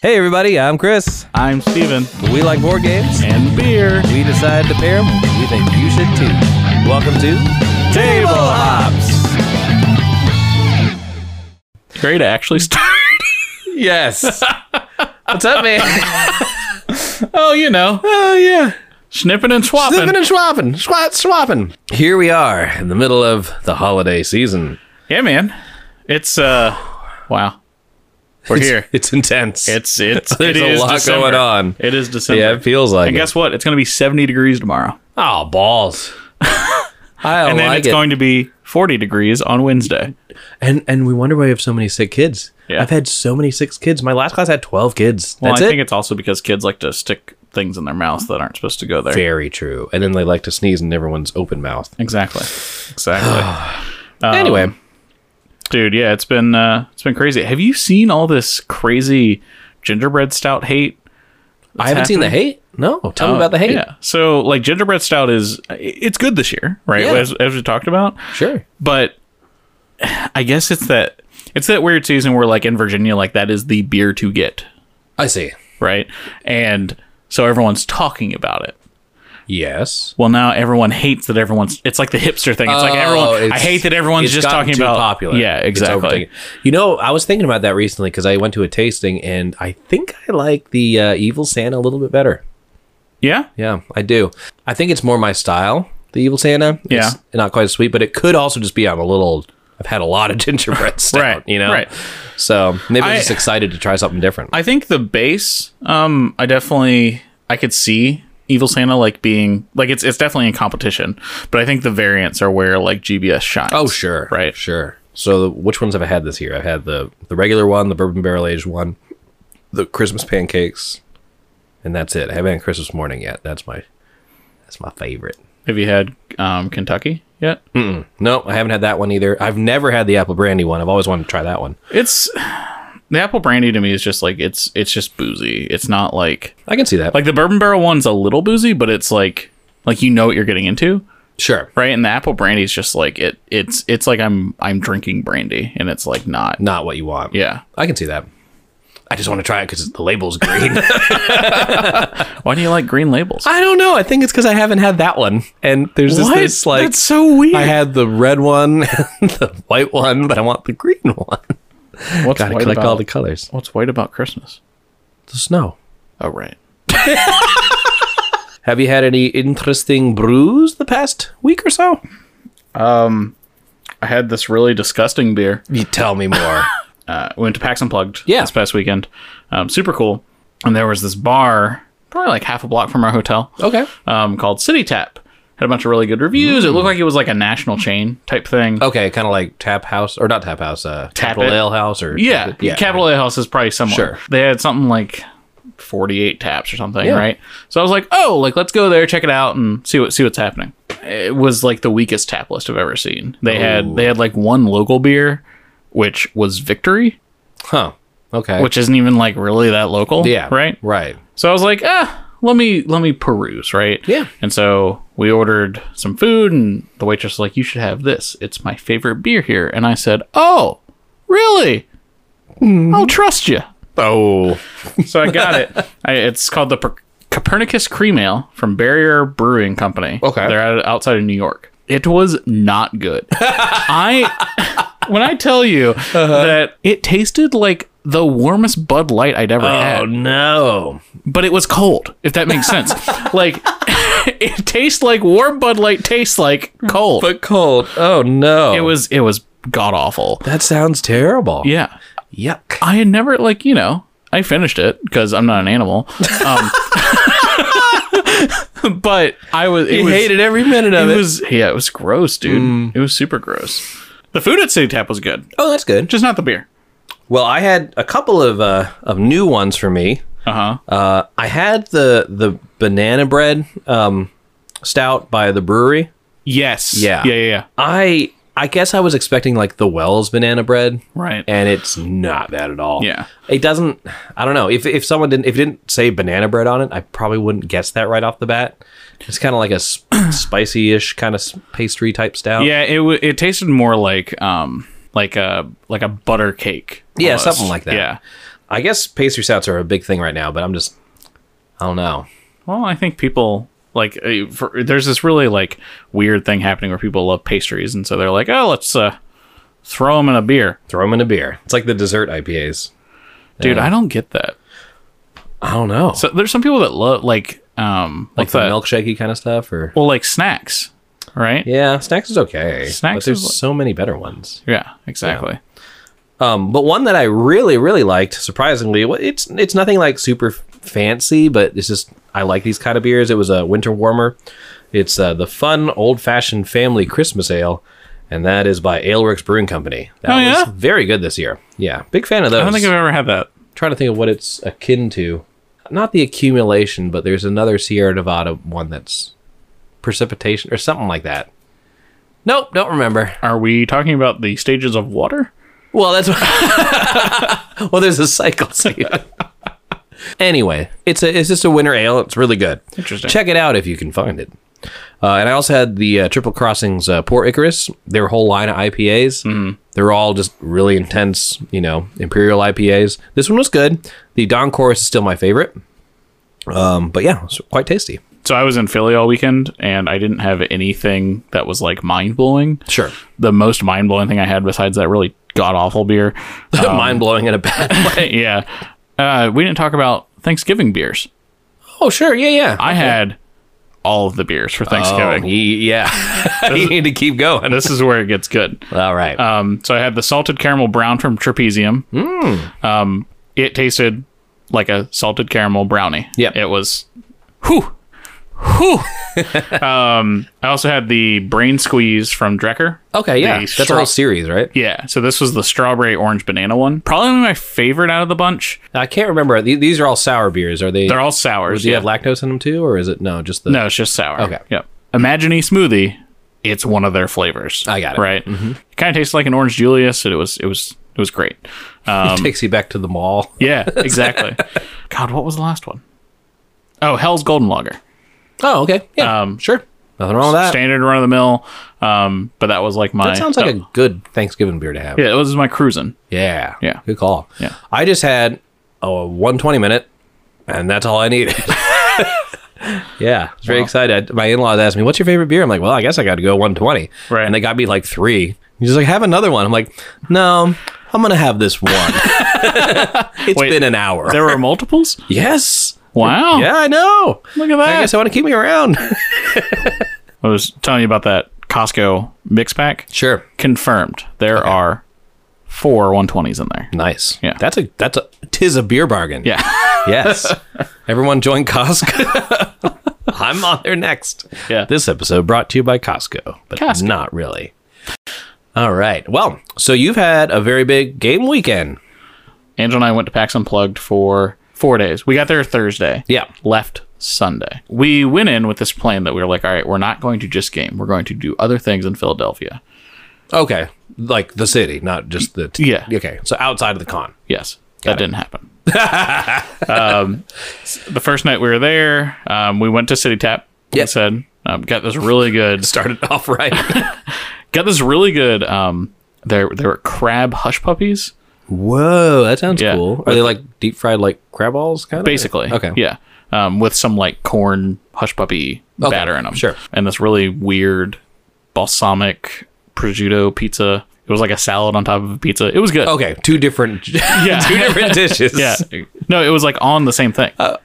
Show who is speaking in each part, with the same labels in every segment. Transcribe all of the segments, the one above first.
Speaker 1: Hey, everybody, I'm Chris.
Speaker 2: I'm Steven.
Speaker 1: We like board games.
Speaker 2: And beer.
Speaker 1: We decided to pair them. We think you should too. Welcome to Table Hops.
Speaker 2: Great to actually start.
Speaker 1: Yes. What's up, man?
Speaker 2: oh, you know.
Speaker 1: oh, yeah.
Speaker 2: Snipping and swapping.
Speaker 1: Snipping and swapping. Swat swapping. Here we are in the middle of the holiday season.
Speaker 2: Yeah, man. It's, uh, wow. We're
Speaker 1: It's-
Speaker 2: here.
Speaker 1: It's intense.
Speaker 2: It's, it's,
Speaker 1: There's
Speaker 2: it
Speaker 1: a
Speaker 2: is
Speaker 1: lot
Speaker 2: December.
Speaker 1: going on.
Speaker 2: It is December.
Speaker 1: yeah, it feels like
Speaker 2: and
Speaker 1: it.
Speaker 2: guess what? It's going to be 70 degrees tomorrow.
Speaker 1: Oh, balls. I
Speaker 2: And then
Speaker 1: like
Speaker 2: it's
Speaker 1: it.
Speaker 2: going to be 40 degrees on Wednesday.
Speaker 1: and and we wonder why we have so many sick kids.
Speaker 2: Yeah.
Speaker 1: I've had so many sick kids. My last class had 12 kids.
Speaker 2: Well,
Speaker 1: That's
Speaker 2: I
Speaker 1: it.
Speaker 2: think it's also because kids like to stick things in their mouths that aren't supposed to go there.
Speaker 1: Very true. And then they like to sneeze in everyone's open mouth.
Speaker 2: Exactly. Exactly. Um,
Speaker 1: anyway,
Speaker 2: dude yeah it's been uh it's been crazy have you seen all this crazy gingerbread stout hate
Speaker 1: I haven't seen the hate. No, tell me about the hate.
Speaker 2: Oh, yeah so like gingerbread stout is it's good this year right
Speaker 1: Yeah.
Speaker 2: as, as we talked about
Speaker 1: Sure.
Speaker 2: but i guess it's that it's that weird season where like in virginia like that is the beer to get
Speaker 1: I see.
Speaker 2: right and so everyone's talking about it
Speaker 1: Yes.
Speaker 2: well now everyone hates that everyone's it's like the hipster thing it's like
Speaker 1: Oh,
Speaker 2: everyone i
Speaker 1: it's-
Speaker 2: hate that everyone's
Speaker 1: it's
Speaker 2: just
Speaker 1: gotten
Speaker 2: talking
Speaker 1: too
Speaker 2: about
Speaker 1: popular.
Speaker 2: yeah
Speaker 1: It's
Speaker 2: exactly
Speaker 1: overtaken. You know, I was thinking about that recently because I went to a tasting and I think I like the uh, Evil Santa a little bit better.
Speaker 2: yeah
Speaker 1: Yeah, I do. I think it's more my style, the Evil Santa. It's not quite as sweet, but it could also just be I'm a little. I've had a lot of gingerbread stout,
Speaker 2: Right,
Speaker 1: you know.
Speaker 2: right.
Speaker 1: So maybe I, am
Speaker 2: I-
Speaker 1: just excited to try something different.
Speaker 2: I think the base, um, I definitely I could see Evil Santa like being like it's it's definitely in competition, but I think the variants are where like GBS shines.
Speaker 1: Oh, sure.
Speaker 2: Right.
Speaker 1: Sure. So, the, which ones have I had this year? I've had the the regular one, the bourbon barrel aged one, the Christmas pancakes, and that's it. I haven't had Christmas morning yet. That's my that's my favorite.
Speaker 2: Have you had um Kentucky yet?
Speaker 1: No, I haven't had that one either. I've never had the apple brandy one. I've always wanted to try that one.
Speaker 2: It's the apple brandy to me is just like it's it's just boozy. It's not like
Speaker 1: I can see that.
Speaker 2: like the bourbon barrel one's a little boozy, but it's like like you know what you're getting into,
Speaker 1: sure,
Speaker 2: right? And the apple brandy is just like it it's it's like I'm I'm drinking brandy and it's like not.
Speaker 1: not what you want.
Speaker 2: Yeah.
Speaker 1: I can see that. I just want to try it because the label's green.
Speaker 2: Why do you like green labels?
Speaker 1: I don't know. I think it's because I haven't had that one, and there's just this like
Speaker 2: That's so weird.
Speaker 1: I had the red one, and the white one, but I want the green one.
Speaker 2: What's
Speaker 1: Gotta
Speaker 2: white
Speaker 1: collect
Speaker 2: about-
Speaker 1: all the colors.
Speaker 2: What's white about Christmas?
Speaker 1: The snow.
Speaker 2: Oh, right.
Speaker 1: Have you had any interesting brews the past week or so?
Speaker 2: I had this really disgusting beer.
Speaker 1: You tell me more.
Speaker 2: Uh, we went to PAX Unplugged
Speaker 1: Yeah.
Speaker 2: this past weekend. Um, super cool. And there was this bar, probably like half a block from our hotel,
Speaker 1: okay.
Speaker 2: um, called City Tap. Had a bunch of really good reviews. It looked like it was like a national chain type thing.
Speaker 1: Okay, kind of like Tap House, or not Tap House, uh, Capital
Speaker 2: It.
Speaker 1: Ale House, or
Speaker 2: Yeah,
Speaker 1: yeah.
Speaker 2: Capital A House is probably somewhere.
Speaker 1: Sure.
Speaker 2: They had something like forty-eight taps or something,
Speaker 1: Yeah.
Speaker 2: right? So I was like, oh, like let's go there, check it out, and see what see what's happening. It was like the weakest tap list I've ever seen. They had they had like one local beer, which was Victory,
Speaker 1: huh? Okay,
Speaker 2: which isn't even like really that local.
Speaker 1: yeah,
Speaker 2: right.
Speaker 1: right.
Speaker 2: So I was like, ah, let me let me peruse, right?
Speaker 1: Yeah.
Speaker 2: And so we ordered some food, and the waitress was like, you should have this. It's my favorite beer here, and I said, oh, really?
Speaker 1: Mm-hmm.
Speaker 2: I'll trust you.
Speaker 1: Oh,
Speaker 2: So I got it. I, it's called the per- Copernicus Cream Ale from Barrier Brewing Company.
Speaker 1: Okay.
Speaker 2: they're out, outside of New York. It was not good. I when I tell you
Speaker 1: Uh-huh.
Speaker 2: that it tasted like the warmest Bud Light I'd ever
Speaker 1: oh
Speaker 2: had,
Speaker 1: no!
Speaker 2: but it was cold. If that makes sense, like it tastes like warm Bud Light tastes like cold.
Speaker 1: But cold. Oh no!
Speaker 2: it was it was god awful.
Speaker 1: That sounds terrible.
Speaker 2: Yeah,
Speaker 1: Yuck.
Speaker 2: I had never like you know I finished it because I'm not an animal. Um, but I was it
Speaker 1: You
Speaker 2: was,
Speaker 1: hated every minute
Speaker 2: it
Speaker 1: of it. Mm.
Speaker 2: was yeah it was gross, dude. It was super gross. The food at City Tap was good,
Speaker 1: oh, that's good.
Speaker 2: just not the beer.
Speaker 1: Well, I had a couple of uh, of new ones for me.
Speaker 2: Uh huh.
Speaker 1: Uh, I had the the banana bread um, stout by the brewery.
Speaker 2: Yes.
Speaker 1: Yeah.
Speaker 2: Yeah. Yeah. yeah.
Speaker 1: I I guess I was expecting like the Wells banana bread,
Speaker 2: Right.
Speaker 1: and it's not that at all.
Speaker 2: Yeah.
Speaker 1: it doesn't. I don't know if if someone didn't if it didn't say banana bread on it, I probably wouldn't guess that right off the bat. It's kind of like a s- spicy-ish kind of pastry type stout.
Speaker 2: yeah. It w- it tasted more like um like a like a butter cake.
Speaker 1: Yeah,
Speaker 2: almost.
Speaker 1: something like that.
Speaker 2: Yeah.
Speaker 1: I guess pastry stouts are a big thing right now, but I'm just, I don't know.
Speaker 2: Well, I think people like uh, for, there's this really like weird thing happening where people love pastries, and so they're like, oh, let's uh, throw them in a beer,
Speaker 1: Throw them in a beer. It's like the dessert IPAs.
Speaker 2: dude.
Speaker 1: Yeah.
Speaker 2: I don't get that.
Speaker 1: I don't know.
Speaker 2: So there's some people that love like um
Speaker 1: like
Speaker 2: what's
Speaker 1: the
Speaker 2: that?
Speaker 1: milkshakey kind of stuff, or
Speaker 2: well like snacks, right? Yeah,
Speaker 1: yeah, snacks is okay.
Speaker 2: Snacks
Speaker 1: but there's
Speaker 2: is like-
Speaker 1: so many better ones.
Speaker 2: exactly.
Speaker 1: Um, but one that I really, really liked, surprisingly, wa- it's it's nothing like super f- fancy, but it's just I like these kind of beers. It was a winter warmer. It's uh, the fun old fashioned family Christmas ale, and that is by Aleworks Brewing Company. That
Speaker 2: Oh, yeah?
Speaker 1: was very good this year. Yeah, big fan of those.
Speaker 2: I don't think I've ever had that.
Speaker 1: trying to think of what it's akin to. Not the accumulation, but there's another Sierra Nevada one that's precipitation or something like that. Nope, don't remember.
Speaker 2: Are we talking about the stages of water?
Speaker 1: Well, that's well. There's a cycle. Steve. anyway, it's a it's just a winter ale. It's really good.
Speaker 2: Interesting.
Speaker 1: Check it out if you can find it. Uh, and I also had the uh, Triple Crossings uh, Port Icarus. Their whole line of IPAs. Mm. They're all just really intense. You know, Imperial IPAs. This one was good. The Don Chorus is still my favorite. Um, but yeah, it's quite tasty.
Speaker 2: So I was in Philly all weekend, and I didn't have anything that was like mind blowing.
Speaker 1: Sure,
Speaker 2: The most mind blowing thing I had besides that really god awful beer,
Speaker 1: mind blowing in a bad.
Speaker 2: yeah. Uh, we didn't talk about Thanksgiving beers.
Speaker 1: oh, sure, yeah, yeah.
Speaker 2: I had all of the beers for Thanksgiving.
Speaker 1: Oh, ye- yeah, you need to keep going.
Speaker 2: This is where it gets good.
Speaker 1: All right.
Speaker 2: Um, so I had the salted caramel brown from Trapezium. Um,
Speaker 1: Hmm.
Speaker 2: it tasted like a salted caramel brownie.
Speaker 1: Yep.
Speaker 2: It was, whew, whew. um, I also had the brain squeeze from Drecker.
Speaker 1: Okay, yeah,
Speaker 2: the
Speaker 1: that's a whole
Speaker 2: straw-
Speaker 1: series, right?
Speaker 2: Yeah. So this was the strawberry orange banana one. Probably my favorite out of the bunch.
Speaker 1: I can't remember. Th- These are all sour beers. Are they?
Speaker 2: They're all sours.
Speaker 1: do you
Speaker 2: yeah.
Speaker 1: have lactose in them too, or is it no? Just the
Speaker 2: No, it's just sour.
Speaker 1: Okay.
Speaker 2: Yep. Imagine smoothie. It's one of their flavors.
Speaker 1: I got it. Mm-hmm.
Speaker 2: Right. It kind of tastes like an orange Julius. And it was. It was. It was great.
Speaker 1: takes you back to the mall.
Speaker 2: Yeah. Exactly. God, what was the last one? Oh, Hell's Golden Lager.
Speaker 1: Oh, okay. Yeah,
Speaker 2: Um,
Speaker 1: sure. Nothing wrong with that.
Speaker 2: standard run of the mill. Um, but that was like my.
Speaker 1: Uh, that sounds like a good Thanksgiving beer to have.
Speaker 2: Yeah, it was my cruising.
Speaker 1: Yeah.
Speaker 2: Yeah.
Speaker 1: Good call.
Speaker 2: Yeah.
Speaker 1: I just had a 120 minute, and that's all I needed. yeah. I was very
Speaker 2: Wow.
Speaker 1: excited. My in laws asked me, What's your favorite beer? I'm like, Well, I guess I got to go 120.
Speaker 2: Right.
Speaker 1: And they got me like three. He's just like, Have another one. I'm like, No, I'm going to have this one. It's
Speaker 2: Wait.
Speaker 1: been an hour.
Speaker 2: There were multiples.
Speaker 1: yes.
Speaker 2: Wow.
Speaker 1: Yeah, I know.
Speaker 2: Look at
Speaker 1: I
Speaker 2: that.
Speaker 1: guess I want to keep me around.
Speaker 2: I was telling you about that Costco mix pack.
Speaker 1: sure.
Speaker 2: Confirmed. There are four 120s in there.
Speaker 1: Nice.
Speaker 2: Yeah.
Speaker 1: That's a that's a tis a beer bargain.
Speaker 2: Yeah.
Speaker 1: Yes. Everyone join Costco. I'm on there next.
Speaker 2: Yeah.
Speaker 1: This episode brought to you by Costco, but
Speaker 2: Costco.
Speaker 1: not really. All right. Well, so you've had a very big game weekend.
Speaker 2: Angel and I went to PAX Unplugged for four days. We got there Thursday.
Speaker 1: Yeah.
Speaker 2: Left Sunday. We went in with this plan that we were like, all right, we're not going to just game. We're going to do other things in Philadelphia.
Speaker 1: Okay. Like the city, not just the t-
Speaker 2: Yeah.
Speaker 1: Okay. So outside of the con.
Speaker 2: Yes. that didn't happen. um, s- the first night we were there, um, we went to City Tap.
Speaker 1: Yeah.
Speaker 2: We said, um, got this really good,
Speaker 1: Started off right.
Speaker 2: got this really good, um, there, there were crab hush puppies.
Speaker 1: Whoa, that sounds
Speaker 2: Yeah.
Speaker 1: cool. Are they like deep fried like crab balls kind of?
Speaker 2: basically.
Speaker 1: Okay.
Speaker 2: Yeah. Um, with some like corn hush puppy
Speaker 1: Okay,
Speaker 2: batter in them.
Speaker 1: sure.
Speaker 2: And this really weird balsamic prosciutto pizza. It was like a salad on top of a pizza. It was good.
Speaker 1: Okay. Two different
Speaker 2: Yeah.
Speaker 1: two different dishes.
Speaker 2: Yeah. No, it was like on the same thing.
Speaker 1: Oh,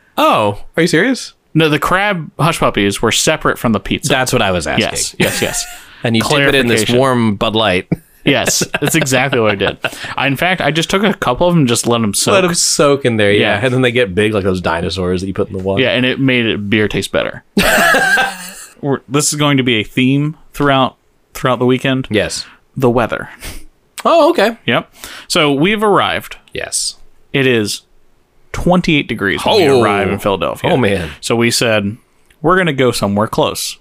Speaker 1: are you serious?
Speaker 2: no, the crab hush puppies were separate from the pizza.
Speaker 1: That's what I was asking.
Speaker 2: yes. Yes. Yes.
Speaker 1: And you dip it in this
Speaker 2: Clarification.
Speaker 1: warm Bud Light.
Speaker 2: yes. That's exactly what I did. I, in fact, I just took a couple of them, and just let them soak.
Speaker 1: Let them soak in there, yeah.
Speaker 2: Yeah.
Speaker 1: And then they get big like those dinosaurs that you put in the water.
Speaker 2: Yeah, and it made it beer taste better. We're, this is going to be a theme throughout throughout the weekend.
Speaker 1: Yes.
Speaker 2: The weather.
Speaker 1: Oh, okay.
Speaker 2: Yep. So we've arrived.
Speaker 1: Yes.
Speaker 2: It is 28 degrees when
Speaker 1: Oh.
Speaker 2: we arrive in Philadelphia.
Speaker 1: Oh, man.
Speaker 2: So we said we're going to go somewhere close.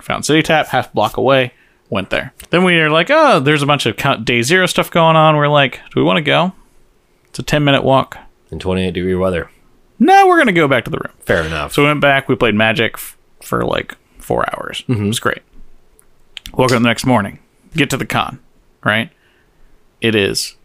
Speaker 2: Found City Tap half block away. Went there. Then we were like, oh, there's a bunch of count- day zero stuff going on. We're like, do we want to go? It's a 10 minute walk.
Speaker 1: In 28 degree weather.
Speaker 2: No, we're going to go back to the room.
Speaker 1: Fair enough.
Speaker 2: So we went back. We played Magic f- for like four hours.
Speaker 1: Mm-hmm.
Speaker 2: It was great. Woke up the next morning. Get to the con, right? It is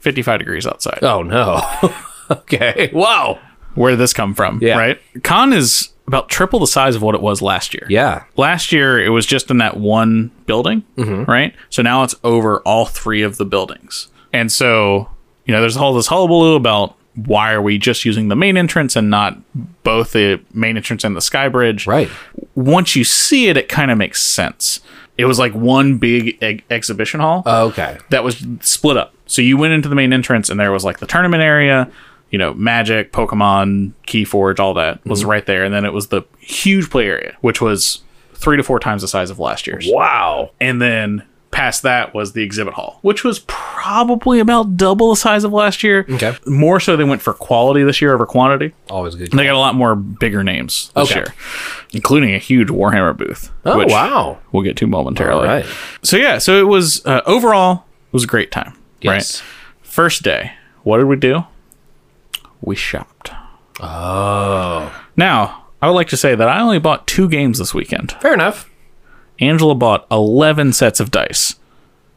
Speaker 2: 55 degrees outside.
Speaker 1: oh, no. Okay. Wow.
Speaker 2: Where did this come from?
Speaker 1: Yeah.
Speaker 2: Right? Con is about triple the size of what it was last year.
Speaker 1: Yeah.
Speaker 2: Last year, it was just in that one building, right? So now it's over all three of the buildings. And so, you know, there's all this hullabaloo about why are we just using the main entrance and not both the main entrance and the sky bridge
Speaker 1: Right.
Speaker 2: once you see it, it kind of makes sense. It was like one big e- exhibition hall
Speaker 1: Okay.
Speaker 2: that was split up. So you went into the main entrance, and there was like the tournament area, you know, Magic, Pokemon, Keyforge, all that
Speaker 1: Mhm.
Speaker 2: was right there. And then it was the huge play area, which was three to four times the size of last year's.
Speaker 1: Wow.
Speaker 2: And then past that was the exhibit hall, which was probably about double the size of last year.
Speaker 1: Okay.
Speaker 2: More so, they went for quality this year over quantity.
Speaker 1: Always good.
Speaker 2: And They got a lot more bigger names this
Speaker 1: Okay.
Speaker 2: year, including a huge Warhammer booth.
Speaker 1: Oh
Speaker 2: which
Speaker 1: wow.
Speaker 2: We'll get to momentarily.
Speaker 1: All right.
Speaker 2: So yeah, so it was uh, overall it was a great time.
Speaker 1: Yes.
Speaker 2: Right. First day, what did we do? We shopped.
Speaker 1: Oh.
Speaker 2: Now I would like to say that I only bought two games this weekend.
Speaker 1: Fair enough.
Speaker 2: Angela bought eleven sets of dice.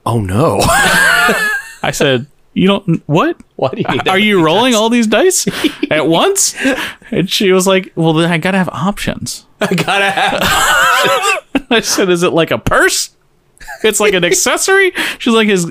Speaker 1: Oh no.
Speaker 2: I said, "You don't what?
Speaker 1: Why do you need
Speaker 2: Are you rolling all these dice at once?" And she was like, "Well, then I gotta have options."
Speaker 1: I gotta have.
Speaker 2: I said, "Is it like a purse? It's like an accessory." She's like, "Is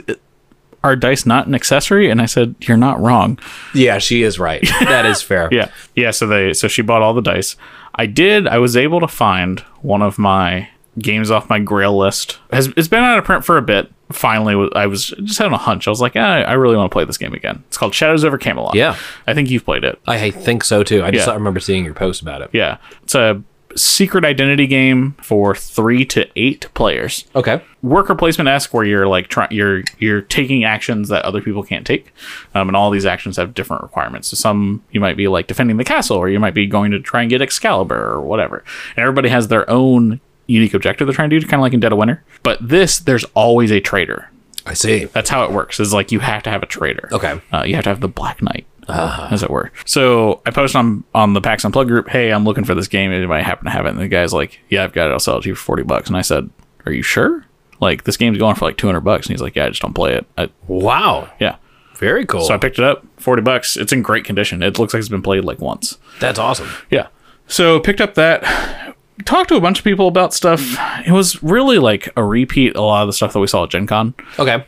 Speaker 2: are dice not an accessory?" And I said, "You're not wrong."
Speaker 1: Yeah, she is right. That is fair.
Speaker 2: Yeah, yeah. So they so she bought all the dice. I did. I was able to find one of my games off my Grail list. Has it's been out of print for a bit. Finally, I was just having a hunch. I was like, eh, I really want to play this game again. It's called Shadows Over Camelot.
Speaker 1: Yeah.
Speaker 2: I think you've played it.
Speaker 1: I think so too. I just
Speaker 2: Yeah.
Speaker 1: don't remember seeing your post about it.
Speaker 2: Yeah, it's a secret identity game for three to eight players.
Speaker 1: Okay.
Speaker 2: worker placement esque where you're like try- you're you're taking actions that other people can't take um, and all these actions have different requirements so some you might be like defending the castle or you might be going to try and get excalibur or whatever and everybody has their own unique objective they're trying to do kind of like in dead of winter but this there's always a traitor
Speaker 1: I see.
Speaker 2: that's how it works is like you have to have a traitor
Speaker 1: Okay.
Speaker 2: uh, you have to have the black knight uh, as it were so i post on on the pax unplug group hey i'm looking for this game anybody happen to have it and the guy's like yeah i've got it i'll sell it to you for 40 bucks and i said are you sure like this game's going for like 200 bucks and he's like yeah i just don't play it I,
Speaker 1: Wow.
Speaker 2: yeah
Speaker 1: Very cool.
Speaker 2: so i picked it up 40 bucks it's in great condition it looks like it's been played like once
Speaker 1: That's awesome.
Speaker 2: yeah. So picked up that. Talked to a bunch of people about stuff. It was really like a repeat a lot of the stuff that we saw at Gen Con.
Speaker 1: Okay.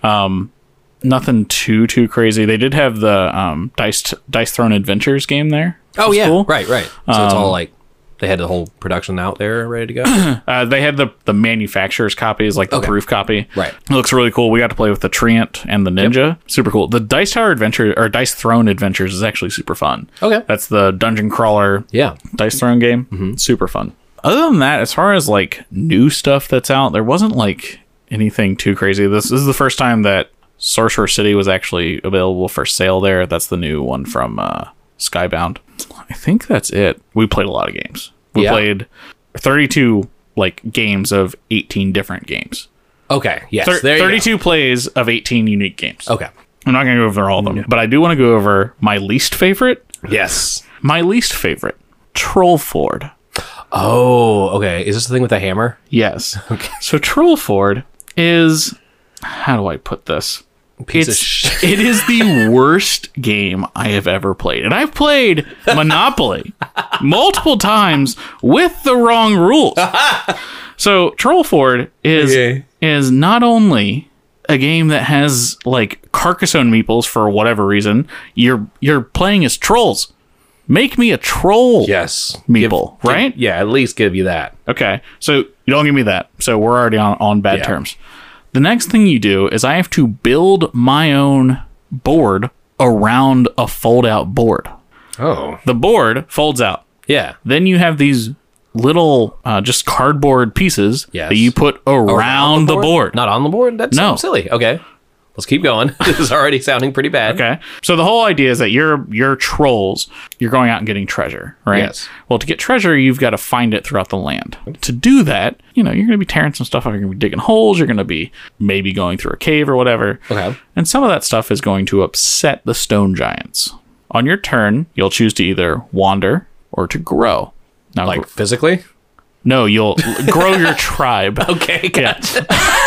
Speaker 2: Nothing too too crazy. They did have the um, dice dice thrown adventures game there.
Speaker 1: oh
Speaker 2: Which was
Speaker 1: yeah.
Speaker 2: cool.
Speaker 1: Right. Right. So it's all like they had the whole production out there ready to go.
Speaker 2: Uh, they had the the manufacturer's copies, like the
Speaker 1: Okay.
Speaker 2: proof copy.
Speaker 1: Right.
Speaker 2: It looks really cool. We got to play with the Treant and the Ninja. Super cool. The Dice Tower Adventure or Dice Throne Adventures is actually super fun.
Speaker 1: Okay.
Speaker 2: That's the dungeon crawler
Speaker 1: yeah.
Speaker 2: dice throne game.
Speaker 1: Mm-hmm.
Speaker 2: Super fun. Other than that, as far as like new stuff that's out, there wasn't like anything too crazy. This, this is the first time that Sorcerer City was actually available for sale there. That's the new one from uh, Skybound. I think that's it. We played a lot of games. We
Speaker 1: Yeah.
Speaker 2: played 32 like games of 18 different games.
Speaker 1: Okay. Yes.
Speaker 2: Thir-
Speaker 1: there you go. Oh.
Speaker 2: 32 plays of 18 unique games.
Speaker 1: Okay.
Speaker 2: I'm not going to go over all of them, but I do want to go over my least favorite.
Speaker 1: Yes.
Speaker 2: My least favorite, Trollford.
Speaker 1: Oh. Okay. Is this the thing with the hammer?
Speaker 2: Yes. Okay. So Trollford is how do I put this?
Speaker 1: Piece
Speaker 2: it's
Speaker 1: of sh-
Speaker 2: it is the worst game I have ever played. And I've played Monopoly multiple times with the wrong rules. so Trollford is
Speaker 1: Yeah.
Speaker 2: is not only a game that has like Carcassonne meeples for whatever reason, you're you're playing as trolls. Make me a troll
Speaker 1: Yes.
Speaker 2: meeple, right?
Speaker 1: Yeah. At least give you that.
Speaker 2: Okay. So you don't give me that. So we're already on, on bad
Speaker 1: Yeah.
Speaker 2: terms. The next thing you do is I have to build my own board around a fold out board.
Speaker 1: Oh.
Speaker 2: The board folds out.
Speaker 1: Yeah.
Speaker 2: Then you have these little uh, just cardboard pieces
Speaker 1: Yes.
Speaker 2: that you put around, the board.
Speaker 1: Not on the board. That's
Speaker 2: No.
Speaker 1: silly. Okay. Let's keep going. this is already sounding pretty bad.
Speaker 2: Okay. So the whole idea is that you're you're trolls. You're going out and getting treasure, right?
Speaker 1: Yes.
Speaker 2: Well, to get treasure, you've got to find it throughout the land. To do that, you know, you're going to be tearing some stuff up. You're going to be digging holes. You're going to be maybe going through a cave or whatever.
Speaker 1: Okay.
Speaker 2: And some of that stuff is going to upset the stone giants. On your turn, you'll choose to either wander or to grow. Now,
Speaker 1: Like physically.
Speaker 2: no, you'll grow your tribe.
Speaker 1: Okay.
Speaker 2: Yeah.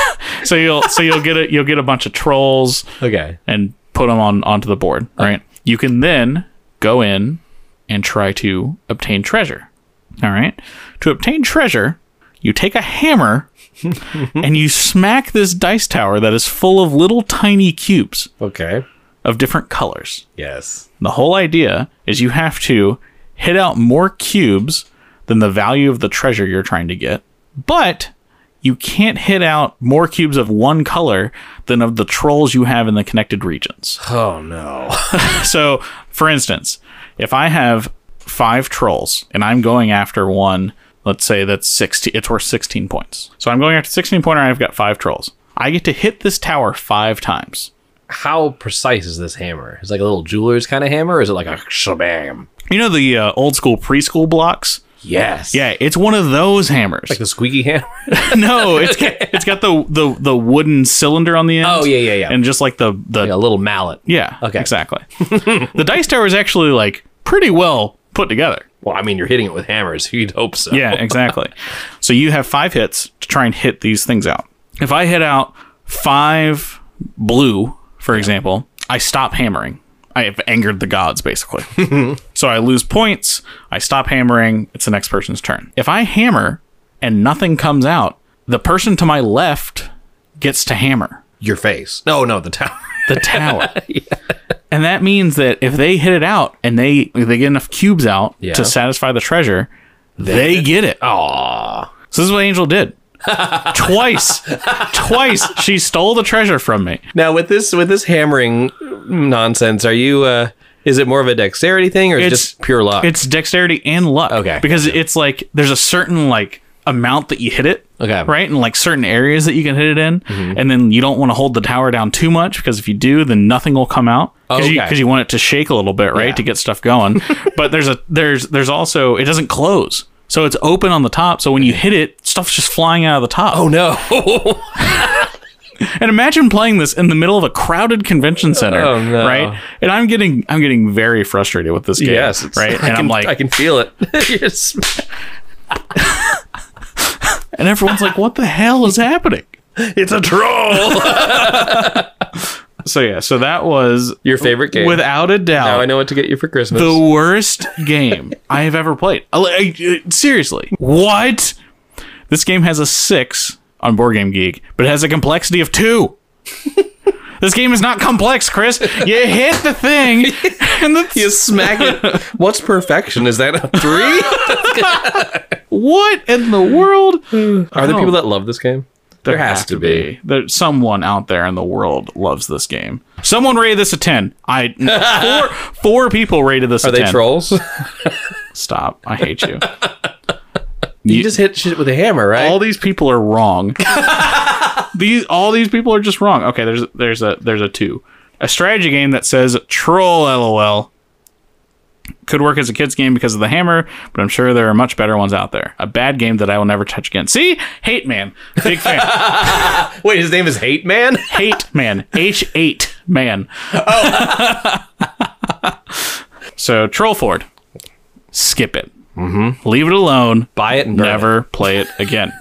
Speaker 2: so you'll so you'll get a you'll get a bunch of trolls
Speaker 1: Okay.
Speaker 2: and put them on onto the board, right? You can then go in and try to obtain treasure. All right. To obtain treasure, you take a hammer and you smack this dice tower that is full of little tiny cubes
Speaker 1: Okay.
Speaker 2: of different colors.
Speaker 1: Yes.
Speaker 2: The whole idea is you have to hit out more cubes than the value of the treasure you're trying to get, but you can't hit out more cubes of one color than of the trolls you have in the connected regions.
Speaker 1: Oh no.
Speaker 2: so, for instance, if I have five trolls and I'm going after one, let's say that's 16, it's worth 16 points. So I'm going after 16 pointer and I've got five trolls. I get to hit this tower five times.
Speaker 1: How precise is this hammer? Is it like a little jeweler's kind of hammer, or is it like a shabam?
Speaker 2: You know the uh, old school preschool blocks?
Speaker 1: Yes.
Speaker 2: Yeah, it's one of those hammers.
Speaker 1: Like the squeaky hammer.
Speaker 2: no, it's it's got the, the the wooden cylinder on the end.
Speaker 1: Oh, yeah, yeah, yeah.
Speaker 2: And just like the the
Speaker 1: like a
Speaker 2: yeah,
Speaker 1: little mallet. Okay.
Speaker 2: exactly. the dice tower is actually like pretty well put together.
Speaker 1: Well, I mean, you're hitting it with hammers. You'd hope so.
Speaker 2: Yeah, exactly. so you have five hits to try and hit these things out. If I hit out five blue, for example, I stop hammering. I have angered the gods, basically. so I lose points. I stop hammering. It's the next person's turn. If I hammer and nothing comes out, the person to my left gets to hammer
Speaker 1: Your face. No, no, the tower.
Speaker 2: the tower. And that means that if they hit it out and they if they get enough cubes out
Speaker 1: Yeah.
Speaker 2: to satisfy the treasure, they, get it.
Speaker 1: Aw.
Speaker 2: So this is what Angel did. twice, twice she stole the treasure from me.
Speaker 1: Now with this with this hammering nonsense, are you? uh Is it more of a dexterity thing, or is it
Speaker 2: It's-
Speaker 1: just pure luck?
Speaker 2: It's dexterity and luck.
Speaker 1: Okay.
Speaker 2: because it's like there's a certain like amount that you hit it.
Speaker 1: Okay. Mm-hmm.
Speaker 2: right, and like certain areas that you can hit it in, and then you don't want to hold the tower down too much because if you do, then nothing will come out. Because you,
Speaker 1: Oh, Okay.
Speaker 2: 'cause you want it to shake a little bit, right,
Speaker 1: Yeah.
Speaker 2: to get stuff going. but there's a there's there's also it doesn't close, so it's open on the top. So when you hit it, stuff's just flying out of the top.
Speaker 1: oh no.
Speaker 2: And imagine playing this in the middle of a crowded convention center,
Speaker 1: Oh, no.
Speaker 2: right? And I'm getting I'm getting very frustrated with this game,
Speaker 1: yes. it's-
Speaker 2: right?
Speaker 1: I
Speaker 2: And
Speaker 1: can,
Speaker 2: I'm like,
Speaker 1: I can feel it. Yes.
Speaker 2: and everyone's like, what the hell is happening?
Speaker 1: it's a troll.
Speaker 2: So yeah, so that was
Speaker 1: Your favorite game.
Speaker 2: without a
Speaker 1: now I
Speaker 2: doubt
Speaker 1: know what to get you for Christmas.
Speaker 2: the worst game I have ever played. I- I- I- Seriously, what? This game has a six on Board Game Geek, but it has a complexity of two. this game is not complex, Chris. You hit the thing, and the
Speaker 1: you smack it. What's perfection? Is that a three?
Speaker 2: what in the world?
Speaker 1: Are there people that love this game? There, has, to be.
Speaker 2: There's someone out there in the world loves this game. Someone rated this a ten. I four four people rated this
Speaker 1: Are
Speaker 2: a
Speaker 1: they
Speaker 2: ten.
Speaker 1: trolls? you,
Speaker 2: Stop! I hate you.
Speaker 1: just hit shit with a hammer, right?
Speaker 2: all these people are wrong. these all these people are just wrong. Okay, there's there's a there's a two. A strategy game that says troll lol could work as a kids game because of the hammer, but I'm sure there are much better ones out there. A bad game that I will never touch again. See? Hate man. Big fan.
Speaker 1: Wait, his name is Hate Man.
Speaker 2: Hate man. H eight man. so troll Ford. Skip it. Mm-hmm. Leave it alone.
Speaker 1: Buy it and burn
Speaker 2: Never play it again.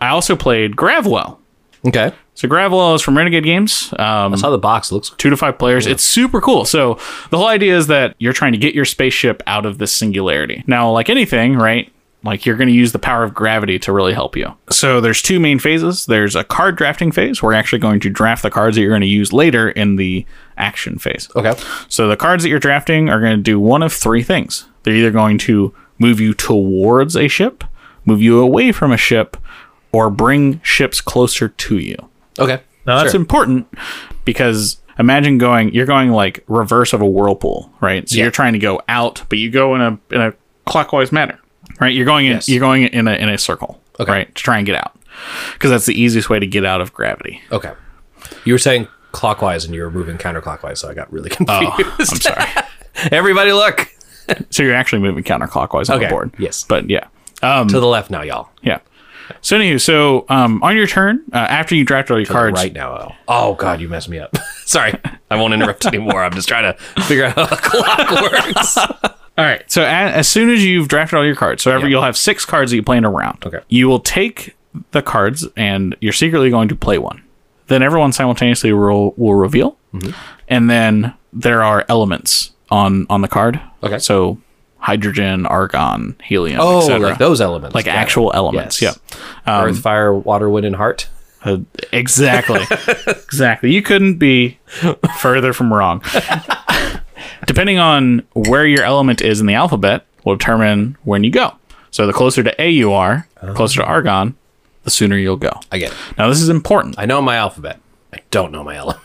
Speaker 2: I also played Gravwell.
Speaker 1: it. Okay.
Speaker 2: So Gravelo is from Renegade Games. Um,
Speaker 1: That's how the box looks.
Speaker 2: two to five players. It's super cool. So the whole idea is that you're trying to get your spaceship out of this singularity. Now, like anything, right? Like you're going to use the power of gravity to really help you. So there's two main phases. There's a card drafting phase. We're actually going to draft the cards that you're going to use later in the action phase.
Speaker 1: Okay.
Speaker 2: So the cards that you're drafting are going to do one of three things. They're either going to move you towards a ship, move you away from a ship, or bring ships closer to you.
Speaker 1: Okay.
Speaker 2: Now that's important because imagine going you're going like reverse of a whirlpool, right? So
Speaker 1: Yeah.
Speaker 2: you're trying to go out, but you go in a in a clockwise manner. Right? You're going in you're going in a in a circle.
Speaker 1: Okay.
Speaker 2: Right. To try and get out. Because that's the easiest way to get out of gravity.
Speaker 1: Okay. You were saying clockwise, and you were moving counterclockwise, so I got really confused.
Speaker 2: I'm sorry.
Speaker 1: Oh. Everybody, look
Speaker 2: So you're actually moving counterclockwise on
Speaker 1: Okay,
Speaker 2: the board.
Speaker 1: yes.
Speaker 2: But yeah.
Speaker 1: to the left now, y'all.
Speaker 2: Yeah. So anywho, so um, on your turn, uh, after you draft all your cards,
Speaker 1: Right now, y'all. Oh God, you messed me up. Sorry, I won't interrupt anymore. I'm just trying to figure out how a clock works.
Speaker 2: All right. So a as soon as you've drafted all your cards, so every, you'll have six cards that you play in a round.
Speaker 1: Okay.
Speaker 2: You will take the cards, and you're secretly going to play one.
Speaker 1: Mm-hmm.
Speaker 2: Then everyone simultaneously will will reveal, and then there are elements on on the card.
Speaker 1: Okay.
Speaker 2: So hydrogen, argon, helium,
Speaker 1: Oh,
Speaker 2: etc.
Speaker 1: like those elements, Um,
Speaker 2: Like
Speaker 1: Got it.
Speaker 2: actual elements.
Speaker 1: Yes.
Speaker 2: Yeah.
Speaker 1: earth, fire, water, wind, and heart.
Speaker 2: Uh, exactly. exactly. You couldn't be further from wrong. Depending on where your element is in the alphabet will determine when you go. So the closer to A you are, closer to argon, the sooner you'll go.
Speaker 1: I get it.
Speaker 2: Now this is important.
Speaker 1: I know my alphabet. I don't know my element.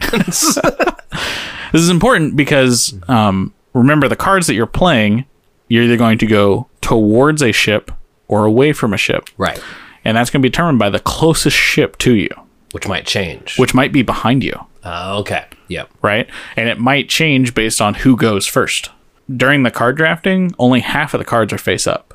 Speaker 2: This is important because um, remember the cards that you're playing, you're either going to go towards a ship or away from a ship.
Speaker 1: right.
Speaker 2: And that's going to be determined by the closest ship to you,
Speaker 1: Which might change.
Speaker 2: which might be behind you.
Speaker 1: Uh, okay. Yep.
Speaker 2: right? And it might change based on who goes first. During the card drafting, only half of the cards are face up.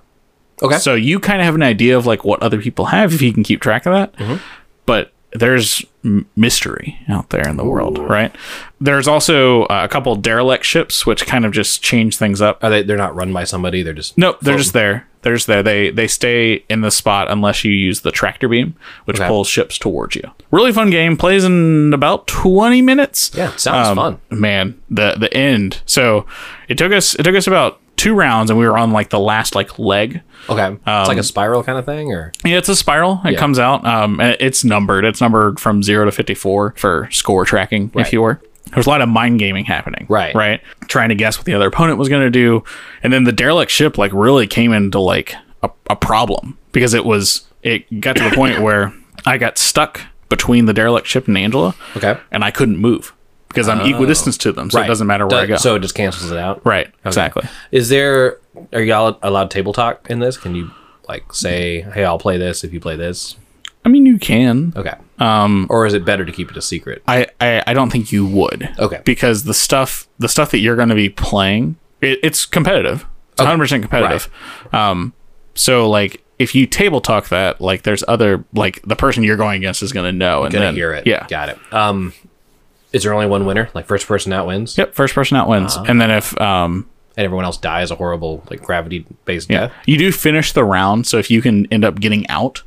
Speaker 1: Okay.
Speaker 2: So you kind of have an idea of like what other people have if you can keep track of that. But there's m- mystery out there in the world, right? There's also uh, a couple derelict ships which kind of just change things up.
Speaker 1: Are they? They're not run by somebody. They're just
Speaker 2: Nope, they're just there. They're just there. They they stay in the spot unless you use the tractor beam, which
Speaker 1: Okay.
Speaker 2: pulls ships towards you. Really fun game. Plays in about twenty minutes. Um,
Speaker 1: Yeah, it sounds fun.
Speaker 2: Man, the the end. So it took us it took us about two rounds, and we were on like the last like leg.
Speaker 1: okay. it's
Speaker 2: Um,
Speaker 1: like a spiral kind of thing, or
Speaker 2: Yeah, it's a spiral. It comes out. Um, and it's numbered. It's numbered from zero to fifty-four for score tracking, if you were. There's a lot of mind gaming happening.
Speaker 1: Right.
Speaker 2: Right. Trying to guess what the other opponent was going to do, and then the derelict ship like really came into like a, a problem because it was it got to the point where I got stuck between the derelict ship and Angela.
Speaker 1: Okay.
Speaker 2: And I couldn't move because I'm equidistant to them, so it doesn't matter where I
Speaker 1: Do-
Speaker 2: go.
Speaker 1: So it just cancels it out.
Speaker 2: right. Exactly.
Speaker 1: Is there? Are y'all allowed table talk in this? Can you like say, "Hey, I'll play this if you play this"?
Speaker 2: I mean, you can.
Speaker 1: Okay. Um. Or is it better to keep it a secret?
Speaker 2: I, I, I don't think you would.
Speaker 1: Okay.
Speaker 2: Because the stuff the stuff that you're going to be playing, it, it's competitive. It's 100% competitive. Um, so like if you table talk that, like there's other like the person you're going against is going to know and
Speaker 1: Gonna
Speaker 2: then
Speaker 1: hear it.
Speaker 2: Yeah.
Speaker 1: Got it. Um. Is there only one winner? Like first person out wins,
Speaker 2: Yep. First person out wins,
Speaker 1: Uh-huh.
Speaker 2: and then if um
Speaker 1: and everyone else dies a horrible like gravity based
Speaker 2: yeah
Speaker 1: death.
Speaker 2: you do finish the round, so if you can end up getting out.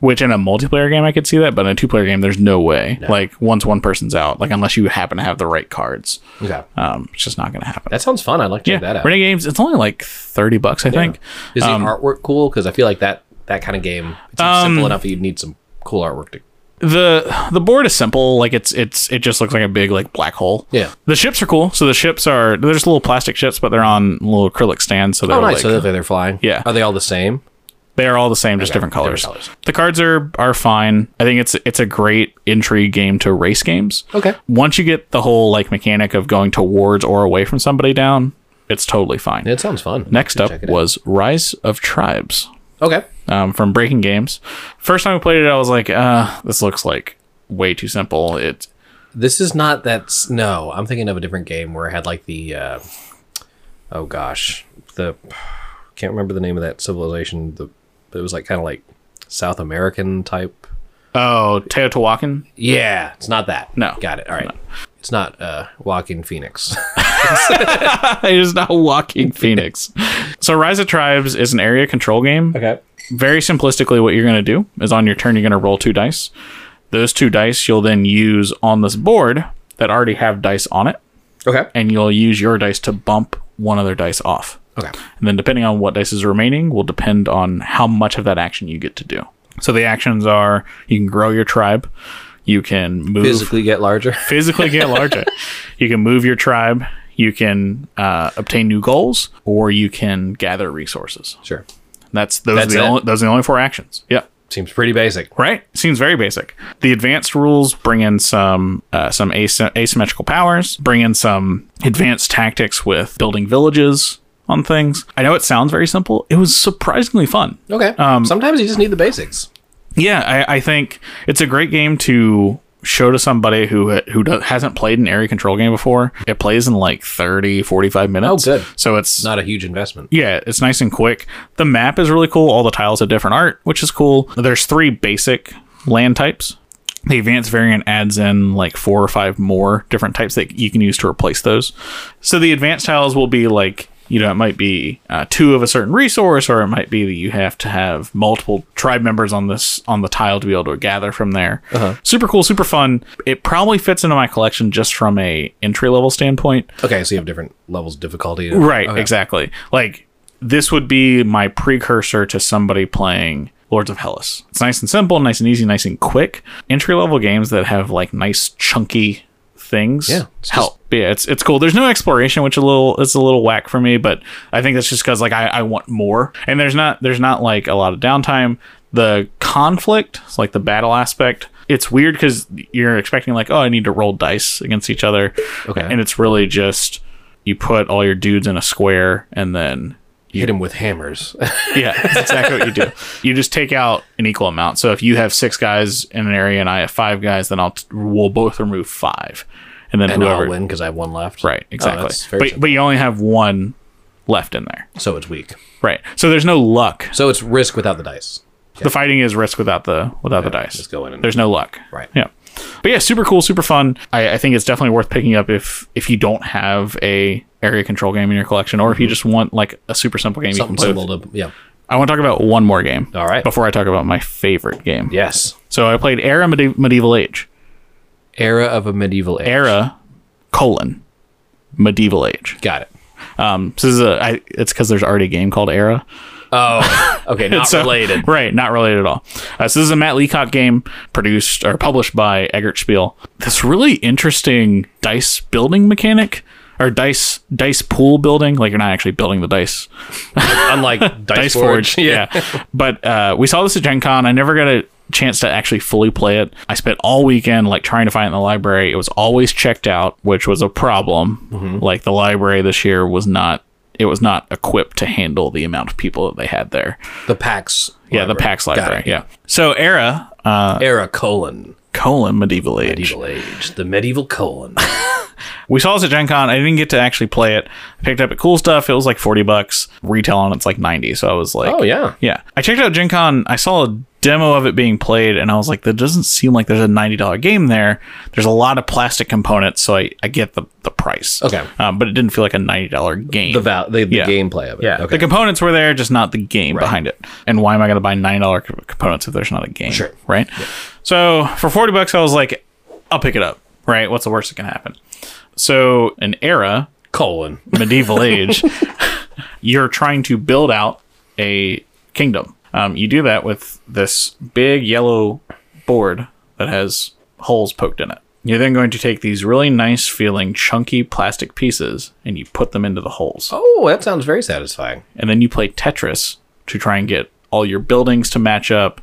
Speaker 2: Which in a multiplayer game I could see that, but in a two-player game there's no way. Like once one person's out, like unless you happen to have the right cards,
Speaker 1: Okay.
Speaker 2: um, it's just not going to happen.
Speaker 1: That sounds fun. I'd like to
Speaker 2: yeah, Um,
Speaker 1: check that out.
Speaker 2: Renegade Games. It's only like thirty bucks, I think.
Speaker 1: Is the artwork cool? Because I feel like that that kind of game it's
Speaker 2: Um,
Speaker 1: simple enough that you need some cool artwork to.
Speaker 2: the The board is simple. Like it's it's it just looks like a big like black hole.
Speaker 1: Yeah.
Speaker 2: The ships are cool. So the ships are they're just little plastic ships, but they're on little acrylic stands. So they're
Speaker 1: Oh, nice.
Speaker 2: like
Speaker 1: so they're, they're flying.
Speaker 2: Yeah.
Speaker 1: Are they all the same?
Speaker 2: they are all the same, just
Speaker 1: Okay,
Speaker 2: different colors.
Speaker 1: different colors.
Speaker 2: The cards are are fine. I think it's it's a great entry game to race games.
Speaker 1: Okay.
Speaker 2: Once you get the whole like mechanic of going towards or away from somebody down, it's totally fine.
Speaker 1: It sounds fun.
Speaker 2: Next
Speaker 1: Should
Speaker 2: up
Speaker 1: check it out.
Speaker 2: was Rise of Tribes.
Speaker 1: Okay.
Speaker 2: um, from Breaking Games. First time I played it, I was like, uh, this looks like way too simple. It
Speaker 1: This is not that. No, I'm thinking of a different game where it had like the. Uh, oh gosh, the can't remember the name of that civilization. The but it was like kind of like South American type.
Speaker 2: oh Teotihuacan.
Speaker 1: Yeah, it's not that.
Speaker 2: No.
Speaker 1: got it. All right, it's not uh, Walking Phoenix.
Speaker 2: it is not Walking Phoenix. so Rise of Tribes is an area control game.
Speaker 1: okay.
Speaker 2: Very simplistically, what you're going to do is on your turn, you're going to roll two dice. Those two dice you'll then use on this board that already have dice on it,
Speaker 1: Okay.
Speaker 2: and you'll use your dice to bump one other dice off.
Speaker 1: Okay.
Speaker 2: And then depending on what dice is remaining will depend on how much of that action you get to do. So the actions are you can grow your tribe, you can move
Speaker 1: Physically get larger.
Speaker 2: physically get larger, you can move your tribe, you can uh, obtain new goals, or you can gather resources.
Speaker 1: Sure.
Speaker 2: That's those
Speaker 1: That's
Speaker 2: are the
Speaker 1: it?
Speaker 2: only those are the only four actions. Yeah.
Speaker 1: Seems pretty basic.
Speaker 2: Right? Seems very basic. The advanced rules bring in some uh, some asy- asymmetrical powers, bring in some advanced tactics with building villages on things. I know it sounds very simple. It was surprisingly fun.
Speaker 1: Okay.
Speaker 2: Um,
Speaker 1: Sometimes you just need the basics.
Speaker 2: Yeah, I, I think it's a great game to show to somebody who who do, hasn't played an area control game before. It plays in like 30, 45 minutes.
Speaker 1: good.
Speaker 2: So it's
Speaker 1: Not a huge investment.
Speaker 2: yeah, it's nice and quick. The map is really cool. All the tiles have different art, which is cool. There's three basic land types. The advanced variant adds in like four or five more different types that you can use to replace those. So the advanced tiles will be like you know, it might be uh, two of a certain resource, or it might be that you have to have multiple tribe members on this on the tile to be able to gather from there. Super cool, super fun. It probably fits into my collection just from a entry level standpoint.
Speaker 1: Okay, so you have different levels of difficulty.
Speaker 2: Right,
Speaker 1: Okay.
Speaker 2: exactly. Like this would be my precursor to somebody playing Lords of Hellas. It's nice and simple, nice and easy, nice and quick. Entry level games that have like nice chunky things
Speaker 1: Yeah, it's
Speaker 2: help. Oh, yeah, it's it's cool. There's no exploration, which a little it's a little whack for me, but I think that's just because like I, I want more. And there's not there's not like a lot of downtime. The conflict, like the battle aspect, it's weird because you're expecting like oh I need to roll dice against each other,
Speaker 1: Okay.
Speaker 2: and it's really just you put all your dudes in a square and then
Speaker 1: Hit him with hammers.
Speaker 2: yeah that's exactly what you do you just take out an equal amount so if you have six guys in an area and i have five guys then i'll t- we'll both remove five and then
Speaker 1: and
Speaker 2: whoever
Speaker 1: I'll win because I have one left.
Speaker 2: right
Speaker 1: Oh,
Speaker 2: exactly
Speaker 1: that's very
Speaker 2: but,
Speaker 1: simple.
Speaker 2: but you only have one left in there
Speaker 1: so it's weak.
Speaker 2: right so there's no luck
Speaker 1: So it's risk without the dice.
Speaker 2: the fighting is risk without the without the dice
Speaker 1: Let's go in and
Speaker 2: there's no luck
Speaker 1: Right.
Speaker 2: yeah but yeah super cool super fun I, I think it's definitely worth picking up if if you don't have a area control game in your collection or if you just want like a super simple game
Speaker 1: Mm-hmm. something
Speaker 2: you can play with.
Speaker 1: simple to yeah.
Speaker 2: i want to talk about one more game
Speaker 1: All right.
Speaker 2: before i talk about my favorite game
Speaker 1: Yes.
Speaker 2: so i played era Medi- medieval age
Speaker 1: Era of a medieval age.
Speaker 2: era colon medieval age
Speaker 1: Got it.
Speaker 2: um so this is a I, it's because there's already a game called era
Speaker 1: Oh, okay. Not
Speaker 2: So-
Speaker 1: related.
Speaker 2: Right, not related at all. Uh, so this is a Matt Leacock game produced or published by Eggert Spiel. This really interesting dice building mechanic or dice dice pool building. Like you're not actually building the dice.
Speaker 1: Unlike Dice,
Speaker 2: Dice
Speaker 1: Forge.
Speaker 2: Forge. Yeah. but uh, we saw this at Gen Con. I never got a chance to actually fully play it. I spent all weekend like trying to find it in the library. It was always checked out, which was a problem.
Speaker 1: Mm-hmm.
Speaker 2: Like the library this year was not it was not equipped to handle the amount of people that they had there.
Speaker 1: The PAX.
Speaker 2: Yeah, the PAX library. Yeah. So era uh,
Speaker 1: Era colon
Speaker 2: colon medieval age.
Speaker 1: medieval age. The medieval colon.
Speaker 2: We saw this at Gen Con. I didn't get to actually play it. I picked up at Cool Stuff. It was like forty bucks. Retail on it's like ninety. So I was like,
Speaker 1: oh yeah.
Speaker 2: yeah. I checked out Gen Con. I saw a demo of it being played, and I was like, that doesn't seem like there's a ninety dollar game there. There's a lot of plastic components, so I, I get the the price.
Speaker 1: Okay.
Speaker 2: Um, but it didn't feel like a ninety dollar game.
Speaker 1: The val the, the
Speaker 2: Yeah.
Speaker 1: gameplay of it.
Speaker 2: yeah,
Speaker 1: Okay.
Speaker 2: the components were there, just not the game behind it. And why am I going to buy nine dollar components if there's not a game?
Speaker 1: Sure.
Speaker 2: right? So for forty bucks, I was like, I'll pick it up. Right? What's the worst that can happen? So an era,
Speaker 1: colon.
Speaker 2: medieval age, you're trying to build out a kingdom. Um, you do that with this big yellow board that has holes poked in it. You're then going to take these really nice feeling chunky plastic pieces and you put them into the holes
Speaker 1: Oh, that sounds very satisfying.
Speaker 2: and then you play Tetris to try and get all your buildings to match up,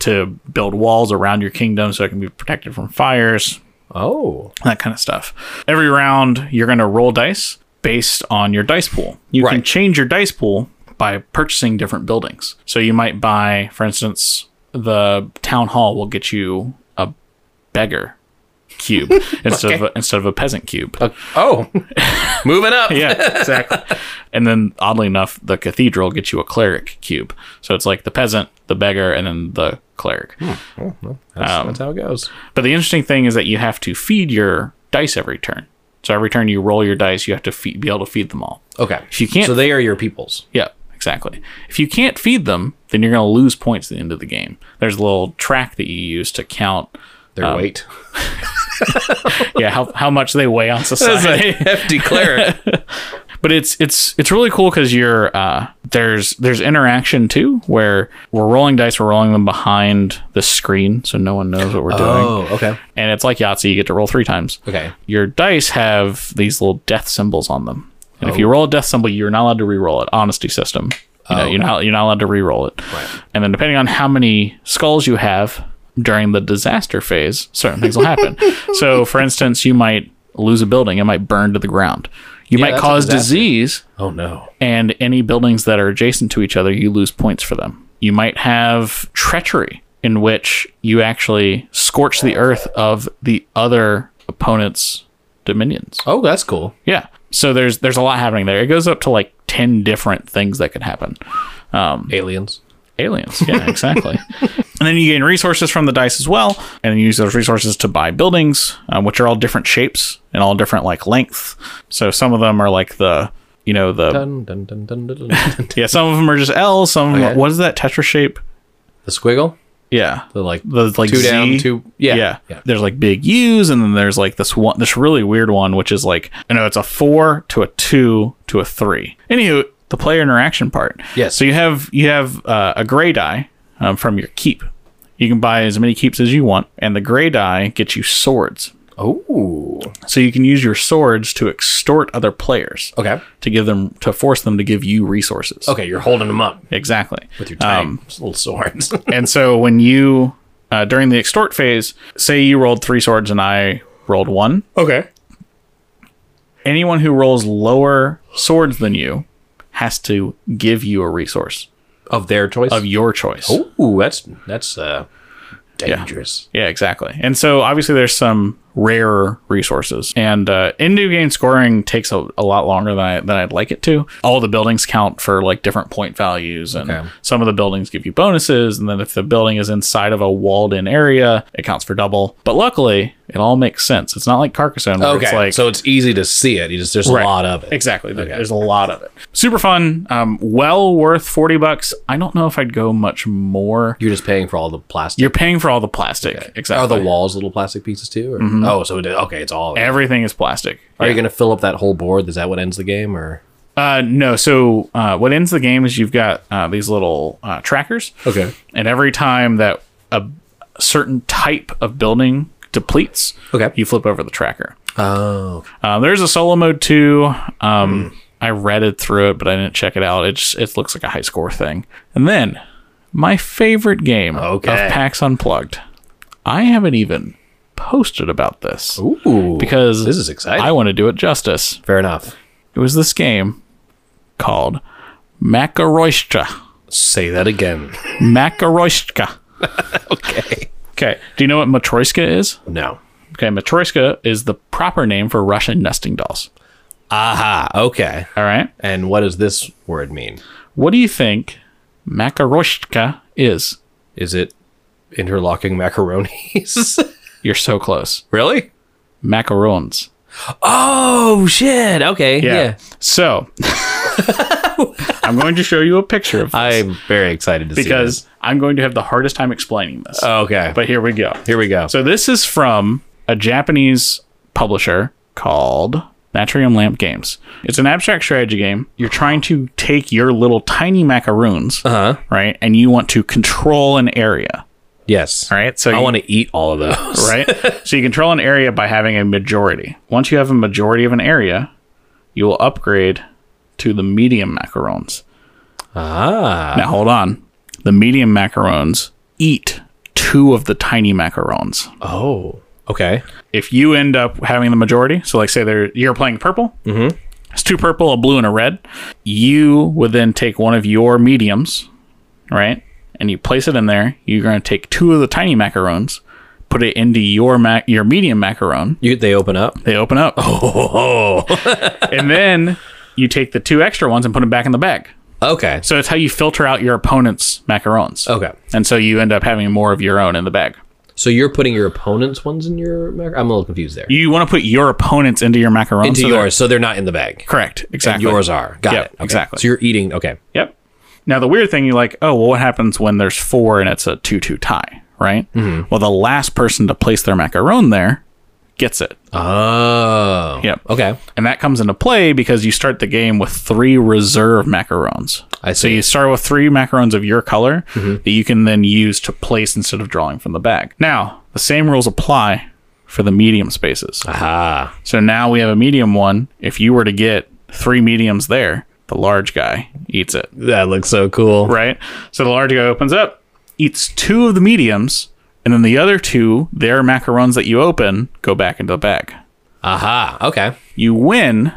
Speaker 2: to build walls around your kingdom so it can be protected from fires,
Speaker 1: Oh.
Speaker 2: that kind of stuff. Every round, you're going to roll dice based on your dice pool. You can
Speaker 1: Right.
Speaker 2: change your dice pool by purchasing different buildings. So you might buy, for instance, the town hall will get you a beggar cube instead of a, instead of a peasant cube
Speaker 1: Oh. Moving up.
Speaker 2: yeah, exactly. and then oddly enough, the cathedral gets you a cleric cube. So it's like the peasant, the beggar, and then the cleric.
Speaker 1: That's, that's how it goes.
Speaker 2: But the interesting thing is that you have to feed your dice every turn. So every turn you roll your dice, you have to fe- be able to feed them all.
Speaker 1: Okay.
Speaker 2: If you can't,
Speaker 1: So they are your peoples.
Speaker 2: yeah, exactly. If you can't feed them, then you're going to lose points at the end of the game. There's a little track that you use to count,
Speaker 1: Their weight.
Speaker 2: yeah, how, how much they weigh on society.
Speaker 1: hefty cleric.
Speaker 2: but it's it's it's really cool because you're uh, there's there's interaction too where we're rolling dice we're rolling them behind the screen so no one knows what we're doing
Speaker 1: oh, okay.
Speaker 2: and it's like Yahtzee you get to roll three times
Speaker 1: Okay.
Speaker 2: your dice have these little death symbols on them and
Speaker 1: Oh.
Speaker 2: if you roll a death symbol you're not allowed to re-roll it honesty system you know, you're not you're not allowed to re-roll it and then depending on how many skulls you have during the disaster phase certain things will happen so for instance you might lose a building it might burn to the ground you might
Speaker 1: that's a
Speaker 2: cause
Speaker 1: disaster.
Speaker 2: disease
Speaker 1: Oh no.
Speaker 2: and any buildings that are adjacent to each other, you lose points for them. You might have treachery, in which you actually scorch the earth of the other opponent's dominions.
Speaker 1: Oh, that's cool.
Speaker 2: Yeah. So there's there's a lot happening there. It goes up to like ten different things that could happen.
Speaker 1: Aliens.
Speaker 2: Aliens. Yeah, exactly. and then you gain resources from the dice as well, and then you use those resources to buy uh, buildings, um, which are all different shapes and all different like length. So some of them are like the you know the
Speaker 1: Dun, dun, dun, dun, dun, dun, dun.
Speaker 2: yeah. Some of them are just L. Some of them,
Speaker 1: Okay.
Speaker 2: what is that tetra shape?
Speaker 1: the squiggle,
Speaker 2: Yeah,
Speaker 1: the like,
Speaker 2: the like
Speaker 1: two
Speaker 2: Z.
Speaker 1: down, two. Yeah,
Speaker 2: Yeah. There's like big U's, and then there's like this one, this really weird one, which is like, you know, it's a four to a two to a three. Anywho, the player interaction part.
Speaker 1: Yes.
Speaker 2: So you have you have uh, a gray die um, from your keep. You can buy as many keeps as you want, and the gray die gets you swords.
Speaker 1: Oh,
Speaker 2: So you can use your swords to extort other players
Speaker 1: okay,
Speaker 2: to give them to force them to give you resources.
Speaker 1: okay. You're holding them up
Speaker 2: Exactly.
Speaker 1: with your tag, little swords.
Speaker 2: and so when you uh, during the extort phase, say you rolled three swords and I rolled one,
Speaker 1: okay.
Speaker 2: anyone who rolls lower swords than you has to give you a resource
Speaker 1: Of their choice.
Speaker 2: of your choice.
Speaker 1: Ooh, that's that's uh dangerous.
Speaker 2: Yeah, exactly. And so obviously there's some rarer resources, and uh, in-game game scoring takes a, a lot longer than I than I'd like it to. All the buildings count for like different point values, and
Speaker 1: Okay.
Speaker 2: some of the buildings give you bonuses. And then if the building is inside of a walled-in area, it counts for double. But luckily, it all makes sense. It's not like Carcassonne, where
Speaker 1: Okay,
Speaker 2: it's like
Speaker 1: so it's easy to see it. You just there's
Speaker 2: Right.
Speaker 1: a lot of it.
Speaker 2: Exactly. There- There's a lot of it. Super fun. Um, well worth 40 bucks. I don't know if I'd go much more.
Speaker 1: You're just paying for all the plastic.
Speaker 2: You're paying for all the plastic.
Speaker 1: Are
Speaker 2: Exactly.
Speaker 1: the walls little plastic pieces too? Or? Oh, so it, okay, it's all. of it.
Speaker 2: Everything is plastic.
Speaker 1: Are you going to fill up that whole board? Is that what ends the game? Or
Speaker 2: Uh, no. So uh, what ends the game is you've got uh, these little uh, trackers.
Speaker 1: okay,
Speaker 2: And every time that a certain type of building depletes,
Speaker 1: Okay.
Speaker 2: you flip over the tracker.
Speaker 1: oh,
Speaker 2: Uh, there's a solo mode too.
Speaker 1: Hmm.
Speaker 2: Um, I read it through it, but I didn't check it out. It just, it looks like a high score thing. And then my favorite game
Speaker 1: Okay.
Speaker 2: of PAX Unplugged. I haven't even posted about this
Speaker 1: ooh,
Speaker 2: because
Speaker 1: this is exciting.
Speaker 2: I want to do it justice.
Speaker 1: Fair enough.
Speaker 2: It was this game called Macaroystra.
Speaker 1: Say that again.
Speaker 2: Macaroystra.
Speaker 1: okay.
Speaker 2: Okay. Do you know what Matroyska is?
Speaker 1: No.
Speaker 2: Okay, Matroyska is the proper name for Russian nesting dolls.
Speaker 1: Aha. Ah, Okay.
Speaker 2: All right.
Speaker 1: And what does this word mean?
Speaker 2: What do you think Macaroshka is?
Speaker 1: Is it interlocking macaronis?
Speaker 2: You're so close.
Speaker 1: really?
Speaker 2: Macarons.
Speaker 1: Oh shit. Okay. Yeah.
Speaker 2: So I'm going to show you a picture of this
Speaker 1: I'm very excited to see Oh.
Speaker 2: because I'm going to have the hardest time explaining this.
Speaker 1: this. Okay.
Speaker 2: but here we go.
Speaker 1: here we go.
Speaker 2: So this is from a Japanese publisher called Natrium Lamp Games. It's an abstract strategy game. You're trying to take your little tiny macaroons,
Speaker 1: uh huh.
Speaker 2: right? And you want to control an area,
Speaker 1: Yes.
Speaker 2: all right? So
Speaker 1: I
Speaker 2: you-
Speaker 1: want to eat all of those.
Speaker 2: right? so you control an area by having a majority. Once you have a majority of an area, you will upgrade to the medium macarons.
Speaker 1: Ah.
Speaker 2: Now hold on. The medium macarons eat two of the tiny macarons.
Speaker 1: Oh. Okay.
Speaker 2: If you end up having the majority, so like say they're you're playing purple, mm-hmm. it's two purple, a blue, and a red. You would then take one of your mediums, right, and you place it in there. You're going to take two of the tiny macarons, put it into your mac your medium macaron,
Speaker 1: You they open up.
Speaker 2: They open up.
Speaker 1: Oh.
Speaker 2: And then you take the two extra ones and put them back in the bag.
Speaker 1: okay.
Speaker 2: So it's how you filter out your opponent's macarons.
Speaker 1: Okay.
Speaker 2: And so you end up having more of your own in the bag.
Speaker 1: So you're putting your opponent's ones in your mac- I'm a little confused there.
Speaker 2: You want to put your opponents into your macarons.
Speaker 1: Into
Speaker 2: so they're-
Speaker 1: yours, so they're not in the bag.
Speaker 2: Correct. Exactly.
Speaker 1: Yours are. Got
Speaker 2: Yep,
Speaker 1: it. Okay.
Speaker 2: exactly.
Speaker 1: So you're eating. Okay.
Speaker 2: Yep. Now, the weird thing, you're like, oh, well, what happens when there's four and it's a 2 2 tie, right? Well, the last person to place their macaron there gets it.
Speaker 1: Oh.
Speaker 2: Yep.
Speaker 1: Okay.
Speaker 2: And that comes into play because you start the game with three reserve macarons.
Speaker 1: I
Speaker 2: So
Speaker 1: see.
Speaker 2: you start with three macarons of your color that you can then use to place instead of drawing from the bag. Now, the same rules apply for the medium spaces.
Speaker 1: Aha.
Speaker 2: So now we have a medium one. If you were to get three mediums there, the large guy eats it,
Speaker 1: That looks so cool.
Speaker 2: right? So the large guy opens up, eats two of the mediums, and then the other two, their macarons that you open, go back into the bag.
Speaker 1: Aha. Okay.
Speaker 2: You win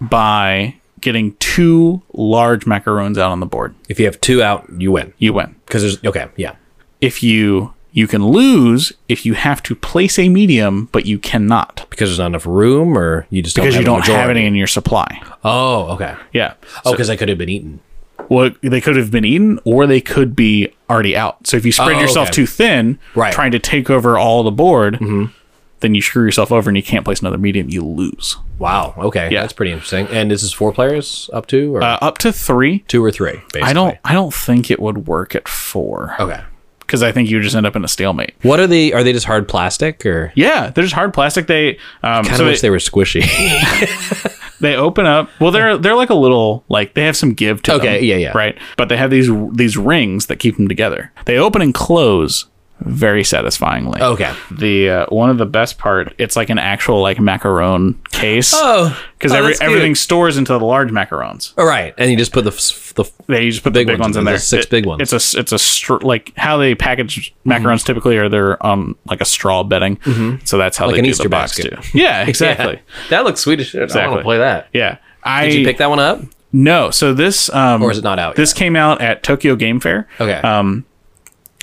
Speaker 2: by getting two large macarons out on the board.
Speaker 1: If you have two out, you win.
Speaker 2: You win.
Speaker 1: Because there's okay. Yeah.
Speaker 2: if you you can lose if you have to place a medium but you cannot
Speaker 1: Because there's not enough room, or you just don't
Speaker 2: because
Speaker 1: have
Speaker 2: you
Speaker 1: the
Speaker 2: don't have
Speaker 1: majority?
Speaker 2: any in your supply
Speaker 1: Oh. Okay.
Speaker 2: yeah
Speaker 1: Oh, because I could have been eaten.
Speaker 2: well they could have been eaten or they could be already out so if you spread
Speaker 1: Oh,
Speaker 2: yourself
Speaker 1: okay.
Speaker 2: too thin
Speaker 1: Right. Mm-hmm.
Speaker 2: trying to take over all the board then you screw yourself over and you can't place another medium. You lose.
Speaker 1: Wow. Okay.
Speaker 2: Yeah.
Speaker 1: That's pretty interesting. And this is four players up to, or
Speaker 2: Uh, up to three.
Speaker 1: two or three, basically.
Speaker 2: I don't. I don't think it would work at four
Speaker 1: Okay.
Speaker 2: because I think you would just end up in a stalemate.
Speaker 1: What are they? Are they just hard plastic or?
Speaker 2: Yeah, they're just hard plastic. They um,
Speaker 1: Kind
Speaker 2: so
Speaker 1: of
Speaker 2: they,
Speaker 1: wish they were squishy.
Speaker 2: they open up. Well, they're they're like a little like they have some give to them.
Speaker 1: Okay, yeah, yeah.
Speaker 2: right. But they have these these rings that keep them together. They open and close very satisfyingly.
Speaker 1: okay.
Speaker 2: The uh, one of the best part, it's like an actual like macaron case.
Speaker 1: Oh,
Speaker 2: because
Speaker 1: oh,
Speaker 2: every,
Speaker 1: that's cute.
Speaker 2: everything stores into the large macarons.
Speaker 1: All right, and you just put the f- the. f-
Speaker 2: They you just put
Speaker 1: Big
Speaker 2: the big
Speaker 1: ones,
Speaker 2: ones, in
Speaker 1: the
Speaker 2: there.
Speaker 1: six
Speaker 2: It-
Speaker 1: big ones. Mm-hmm.
Speaker 2: It's a s- it's a str- like how they package macarons typically are they're um like a straw bedding. So that's how they
Speaker 1: an
Speaker 2: do
Speaker 1: Easter
Speaker 2: the box
Speaker 1: basket.
Speaker 2: too. Yeah, exactly.
Speaker 1: Yeah. That looks sweet as shit. I want
Speaker 2: Exactly.
Speaker 1: to play that.
Speaker 2: Yeah. I
Speaker 1: Did you pick that one up?
Speaker 2: no. So this um
Speaker 1: Or is it not out
Speaker 2: This came out at Tokyo Game Fair.
Speaker 1: Okay.
Speaker 2: Um,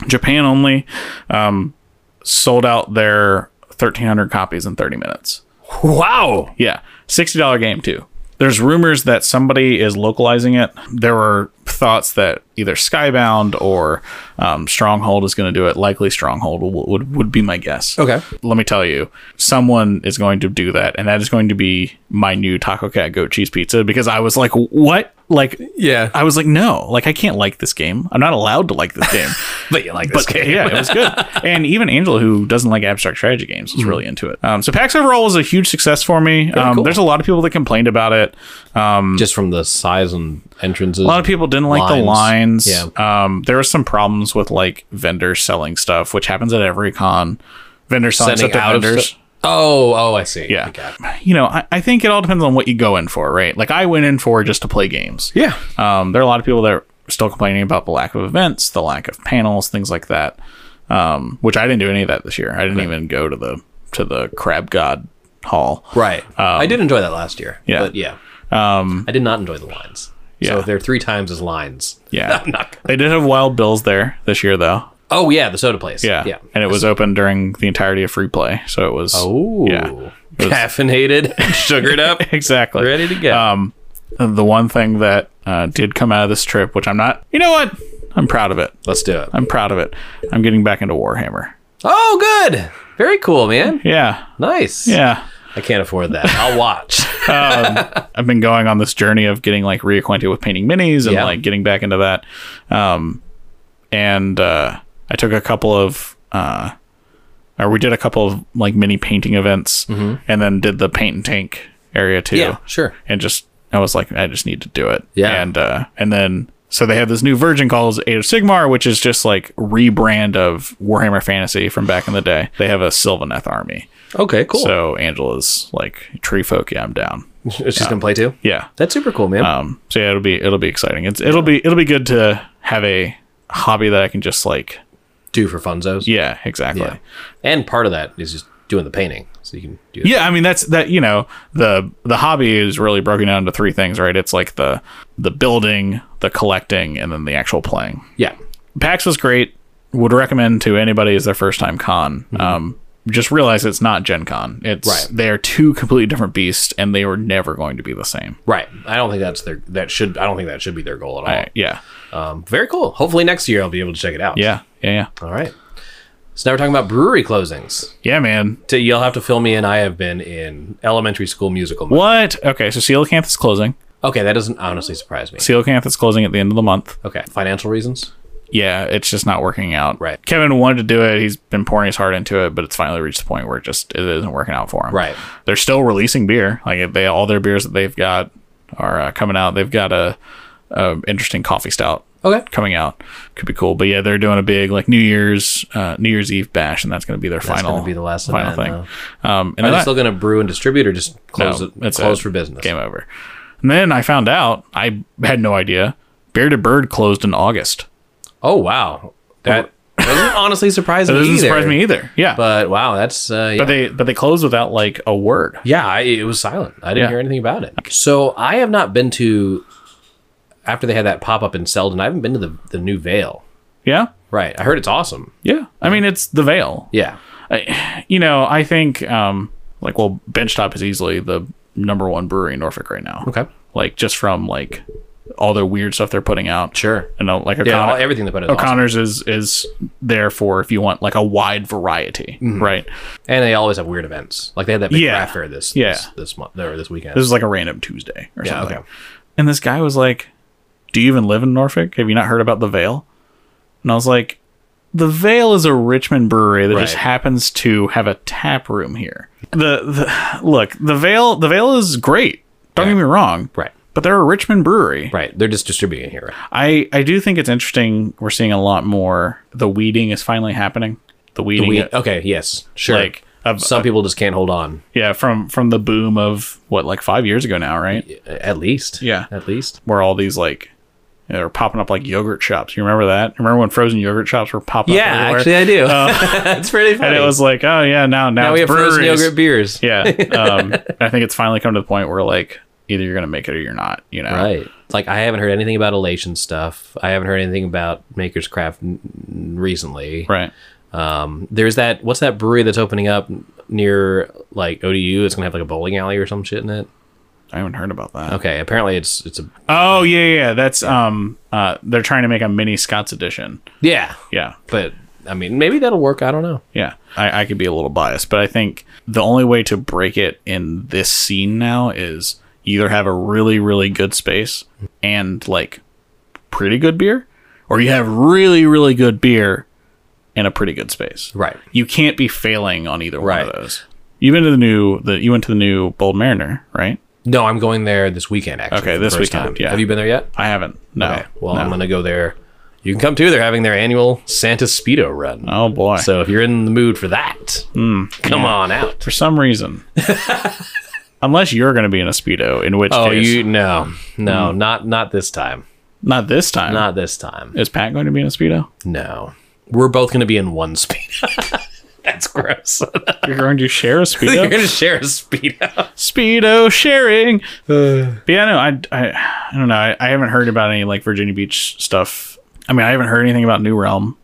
Speaker 2: Japan only um sold out their 1300 copies in 30 minutes.
Speaker 1: wow.
Speaker 2: Yeah, sixty dollar game too. There's rumors that somebody is localizing it. There were thoughts that either Skybound or um, Stronghold is going to do it. Likely Stronghold would, would would be my guess.
Speaker 1: Okay.
Speaker 2: Let me tell you, someone is going to do that, and that is going to be my new Taco Cat goat cheese pizza because I was like, what? Like,
Speaker 1: Yeah.
Speaker 2: I was like, no, like I can't like this game. I'm not allowed to like this game.
Speaker 1: But you like this
Speaker 2: But
Speaker 1: game?
Speaker 2: yeah, it was good. And even Angela, who doesn't like abstract strategy games, was really into it. Um, so PAX overall was a huge success for me. Um,
Speaker 1: Hmm. cool.
Speaker 2: There's a lot of people that complained about it.
Speaker 1: Just from the size and entrances.
Speaker 2: A lot of people didn't like the
Speaker 1: Lines.
Speaker 2: lines. Um, there were some problems with like vendors selling stuff, which happens at every con. Vendors selling
Speaker 1: sending
Speaker 2: stuff to
Speaker 1: out of
Speaker 2: vendors.
Speaker 1: stu- Oh, oh, I see. I got
Speaker 2: yeah.
Speaker 1: it.
Speaker 2: You know, I, I think it all depends on what you go in for, right? Like I went in for just to play games.
Speaker 1: Yeah.
Speaker 2: Um, there are a lot of people that are still complaining about the lack of events, the lack of panels, things like that. Um, which I didn't do any of that this year. I didn't even go to the to the Crab God Hall.
Speaker 1: Right. I did enjoy that last year.
Speaker 2: Um, yeah.
Speaker 1: But yeah. Um, I did not enjoy the lines.
Speaker 2: yeah.
Speaker 1: So they're three times as lines.
Speaker 2: Yeah,
Speaker 1: I'm not-
Speaker 2: they did have Wild Bills there this year, though.
Speaker 1: Oh yeah, the soda place.
Speaker 2: Yeah,
Speaker 1: Yeah.
Speaker 2: and it was open during the entirety of free play, so it was
Speaker 1: Ooh.
Speaker 2: yeah,
Speaker 1: Caffeinated, sugared up,
Speaker 2: exactly
Speaker 1: ready to go.
Speaker 2: Um, the one thing that uh, did come out of this trip, which I'm not, you know what, I'm proud of it.
Speaker 1: Let's do it.
Speaker 2: I'm proud of it. I'm getting back into Warhammer.
Speaker 1: Oh, good. Very cool, man.
Speaker 2: Yeah,
Speaker 1: Nice.
Speaker 2: yeah.
Speaker 1: I can't afford that. I'll watch.
Speaker 2: I've been going on this journey of getting like reacquainted with painting minis and
Speaker 1: Yeah.
Speaker 2: like getting back into that. Um, and uh, I took a couple of, uh, or we did a couple of like mini painting events, and then did the paint and tank area too.
Speaker 1: Mm-hmm. yeah. Sure.
Speaker 2: and just I was like, I just need to do it.
Speaker 1: Yeah.
Speaker 2: And uh, and then so they have this new version called Age of Sigmar, which is just like rebrand of Warhammer Fantasy from back in the day. They have a Sylvaneth army.
Speaker 1: Okay. Cool.
Speaker 2: So Angela's like tree folk. Yeah, I'm down.
Speaker 1: it's just gonna play too.
Speaker 2: Yeah.
Speaker 1: That's super cool, man.
Speaker 2: Um. So yeah, it'll be it'll be exciting. It's it'll be it'll be good to have a hobby that I can just like.
Speaker 1: Do for funzos.
Speaker 2: Yeah. Exactly.
Speaker 1: Yeah. And part of that is just doing the painting, so you can do. That.
Speaker 2: Yeah, I mean that's that you know the the hobby is really broken down into three things, right? It's like the the building, the collecting, and then the actual playing.
Speaker 1: Yeah.
Speaker 2: PAX was great. Would recommend to anybody as their first time con. Um, just realize it's not Gen Con. It's
Speaker 1: Mm-hmm. Right.
Speaker 2: they are two completely different beasts, and they were never going to be the same.
Speaker 1: Right. I don't think that's their. That should. I don't think that should be their goal at all.
Speaker 2: I- yeah,
Speaker 1: Um, very cool. Hopefully next year I'll be able to check it out.
Speaker 2: yeah, yeah, yeah,
Speaker 1: All right. So now we're talking about brewery closings.
Speaker 2: yeah, man.
Speaker 1: T- You'll have to fill me in. I have been in elementary school musical. mode.
Speaker 2: What? Okay, so Coelacanth is closing.
Speaker 1: Okay, that doesn't honestly surprise me.
Speaker 2: Coelacanth is closing at the end of the month.
Speaker 1: Okay, financial reasons.
Speaker 2: Yeah, it's just not working out.
Speaker 1: Right.
Speaker 2: Kevin wanted to do it. He's been pouring his heart into it, but it's finally reached the point where it just it isn't working out for him.
Speaker 1: Right.
Speaker 2: They're still releasing beer. Like they all their beers that they've got are uh, coming out. They've got a, a interesting coffee stout
Speaker 1: Okay.
Speaker 2: coming out. Could be cool. But yeah, they're doing a big like New Year's uh, New Year's Eve bash, and that's going to be their final
Speaker 1: gonna be the last
Speaker 2: final
Speaker 1: event,
Speaker 2: thing. Um, and
Speaker 1: Are
Speaker 2: then
Speaker 1: they
Speaker 2: I-
Speaker 1: still going to brew and distribute, or just close
Speaker 2: no,
Speaker 1: it?
Speaker 2: that's
Speaker 1: close
Speaker 2: it.
Speaker 1: for business.
Speaker 2: Game over. And then I found out I had no idea. Bear to Bird closed in August.
Speaker 1: Oh wow, that doesn't honestly surprise me.
Speaker 2: That doesn't
Speaker 1: either,
Speaker 2: surprise me either. Yeah.
Speaker 1: But wow, that's uh, yeah.
Speaker 2: But they but they close without like a word.
Speaker 1: Yeah, I, it was silent. I didn't
Speaker 2: Yeah.
Speaker 1: hear anything about it. So I have not been to after they had that pop up in Selden. I haven't been to the the new Vale.
Speaker 2: Yeah.
Speaker 1: Right. I heard it's awesome.
Speaker 2: Yeah. I mean, it's the veil.
Speaker 1: Yeah.
Speaker 2: I, you know, I think um like well, Benchtop is easily the number one brewery in Norfolk right now.
Speaker 1: Okay.
Speaker 2: Like just from like all the weird stuff they're putting out.
Speaker 1: Sure.
Speaker 2: And uh, like
Speaker 1: Yeah, all,
Speaker 2: O'Connor,
Speaker 1: everything they put in. is awesome.
Speaker 2: O'Connor's is is there for if you want like a wide variety,
Speaker 1: Mm-hmm.
Speaker 2: right?
Speaker 1: And they always have weird events. Like they had that big
Speaker 2: Yeah.
Speaker 1: craft fair this
Speaker 2: Yeah.
Speaker 1: this, this month or this weekend.
Speaker 2: This is like a random Tuesday or
Speaker 1: yeah,
Speaker 2: something.
Speaker 1: okay.
Speaker 2: And this guy was like, "Do you even live in Norfolk? Have you not heard about the Vale?" And I was like, "The Vale is a Richmond brewery that just
Speaker 1: Right.
Speaker 2: happens to have a tap room here." The, the look, the Vale, the Vale is great. Don't
Speaker 1: Yeah.
Speaker 2: get me wrong,
Speaker 1: Right.
Speaker 2: but they're a Richmond brewery.
Speaker 1: Right. They're just distributing it here. Right?
Speaker 2: I I do think it's interesting. We're seeing a lot more. The weeding is finally happening. The weeding,
Speaker 1: We,
Speaker 2: uh,
Speaker 1: okay. Yes. Sure.
Speaker 2: like uh, of,
Speaker 1: Some people just can't hold on.
Speaker 2: yeah, from from the boom of what like five years ago now, right?
Speaker 1: At least.
Speaker 2: Yeah.
Speaker 1: At least.
Speaker 2: where all these like they were popping up like yogurt shops. You remember that? Remember when frozen yogurt shops were popping up? everywhere?
Speaker 1: I do. it's pretty funny.
Speaker 2: and it was like, oh yeah, now now,
Speaker 1: now we
Speaker 2: it's
Speaker 1: have frozen
Speaker 2: breweries.
Speaker 1: yogurt beers.
Speaker 2: Yeah, um, I think it's finally come to the point where like either you're gonna make it or you're not. You know,
Speaker 1: Right. It's Like I haven't heard anything about Elation stuff. I haven't heard anything about Maker's Craft n- n- recently.
Speaker 2: Right.
Speaker 1: Um, there's that. What's that brewery that's opening up near like ODU? It's gonna have like a bowling alley or some shit in it.
Speaker 2: I haven't heard about that.
Speaker 1: Okay. Apparently it's it's a
Speaker 2: Oh yeah, yeah, yeah. That's um, uh, they're trying to make a mini Scott's edition.
Speaker 1: yeah.
Speaker 2: Yeah,
Speaker 1: But I mean, maybe that'll work. I don't know.
Speaker 2: Yeah, I, I could be a little biased, but I think the only way to break it in this scene now is you either have a really, really good space and like pretty good beer, or you have really, really good beer and a pretty good space.
Speaker 1: Right.
Speaker 2: You can't be failing on either one
Speaker 1: Right.
Speaker 2: of those. You've been to the new the you went to the new Bold Mariner, right?
Speaker 1: No, I'm going there this weekend. Actually.
Speaker 2: Okay,
Speaker 1: for the
Speaker 2: this
Speaker 1: first
Speaker 2: weekend, yeah.
Speaker 1: Have you been there yet?
Speaker 2: I haven't. No.
Speaker 1: Okay. Well,
Speaker 2: no.
Speaker 1: I'm gonna go there. You can come too. They're having their annual Santa Speedo run.
Speaker 2: oh Hmm. boy.
Speaker 1: So if you're in the mood for that, come on out.
Speaker 2: For some reason. Unless you're going to be in a speedo, in which
Speaker 1: Oh,
Speaker 2: case,
Speaker 1: you no, no, not not this time.
Speaker 2: not this time.
Speaker 1: Not this time.
Speaker 2: Is Pat going to be in a speedo?
Speaker 1: No, we're both going to be in one speedo. That's gross.
Speaker 2: You're going to share a
Speaker 1: You're
Speaker 2: speedo.
Speaker 1: going to share a speedo.
Speaker 2: speedo sharing. but yeah, no, I, I, I don't know. I, I haven't heard about any like Virginia Beach stuff. I mean, I haven't heard anything about New Realm,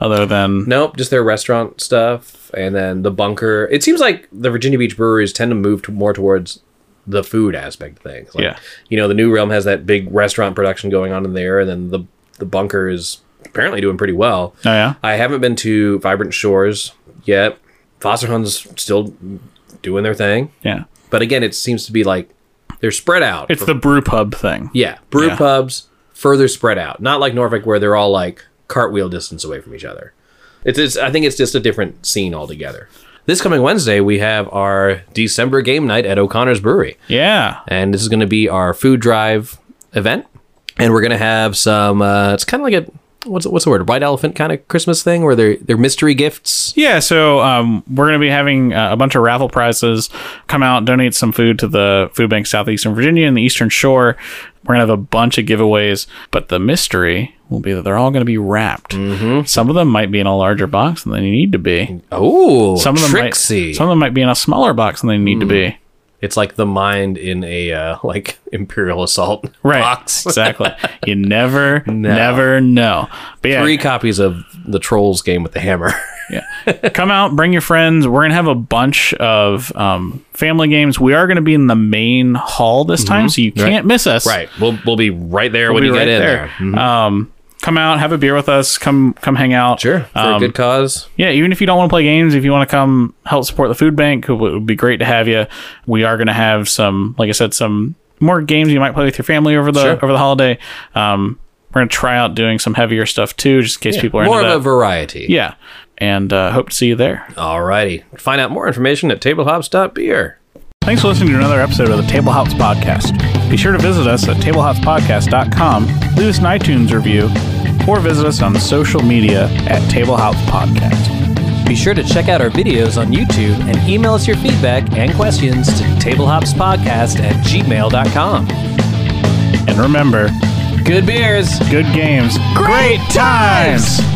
Speaker 2: other than
Speaker 1: Nope, just their restaurant stuff, and then the bunker. It seems like the Virginia Beach breweries tend to move to more towards the food aspect of things. Like,
Speaker 2: Yeah.
Speaker 1: you know, the New Realm has that big restaurant production going on in there, and then the the bunker is apparently doing pretty well.
Speaker 2: oh yeah,
Speaker 1: I haven't been to Vibrant Shores yet. Fosterhun's still doing their thing,
Speaker 2: yeah.
Speaker 1: but again, it seems to be like they're spread out.
Speaker 2: It's the brew pub thing.
Speaker 1: yeah, brew
Speaker 2: Yeah.
Speaker 1: pubs further spread out, not like Norfolk where they're all like cartwheel distance away from each other. It's, it's I think it's just a different scene altogether. This coming Wednesday, we have our December game night at O'Connor's Brewery
Speaker 2: Yeah,
Speaker 1: and this is going to be our food drive event and we're going to have some uh, it's kind of like a what's what's the word white elephant kind of christmas thing where they're they're mystery gifts
Speaker 2: yeah. So um, we're gonna be having uh, a bunch of raffle prizes. Come out, donate some food to the food bank Southeastern Virginia and the Eastern Shore. We're gonna have a bunch of giveaways, but the mystery will be that they're all gonna be wrapped. Some of them might be in a larger box than they need to be.
Speaker 1: oh
Speaker 2: Some of them
Speaker 1: tricksy
Speaker 2: might. Some of them might be in a smaller box than they need to be.
Speaker 1: it's like the mind in a uh, like imperial assault
Speaker 2: Right.
Speaker 1: box
Speaker 2: Exactly. You never, never know. But yeah,
Speaker 1: three copies of the trolls game with the hammer
Speaker 2: yeah. come out, bring your friends. We're gonna have a bunch of um, family games. We are gonna be in the main hall this time, so you can't miss us.
Speaker 1: Mm-hmm. right we'll we'll be right there when
Speaker 2: We'll
Speaker 1: you
Speaker 2: be right
Speaker 1: get in
Speaker 2: there.
Speaker 1: there, Mm-hmm.
Speaker 2: Um, come out, have a beer with us. Come, come hang out.
Speaker 1: sure for a
Speaker 2: Um,
Speaker 1: good cause
Speaker 2: yeah, even if you don't want to play games, if you want to come help support the food bank, it would be great to have you. We are going to have some, like I said, some more games you might play with your family over the
Speaker 1: Sure.
Speaker 2: over the holiday. Um, we're going to try out doing some heavier stuff too, just in case people are
Speaker 1: more of
Speaker 2: into
Speaker 1: a
Speaker 2: that.
Speaker 1: variety
Speaker 2: yeah, and uh, hope to see you there.
Speaker 1: alrighty find out more information at tablehops.beer
Speaker 2: Thanks for listening to another episode of the Table Hops Podcast. Be sure to visit us at tablehopspodcast.com, leave us an iTunes review, or visit us on social media at Table Hops Podcast.
Speaker 3: Be sure to check out our videos on YouTube and email us your feedback and questions to tablehopspodcast at gmail.com.
Speaker 2: And remember,
Speaker 3: Good beers!
Speaker 2: good games, great, times.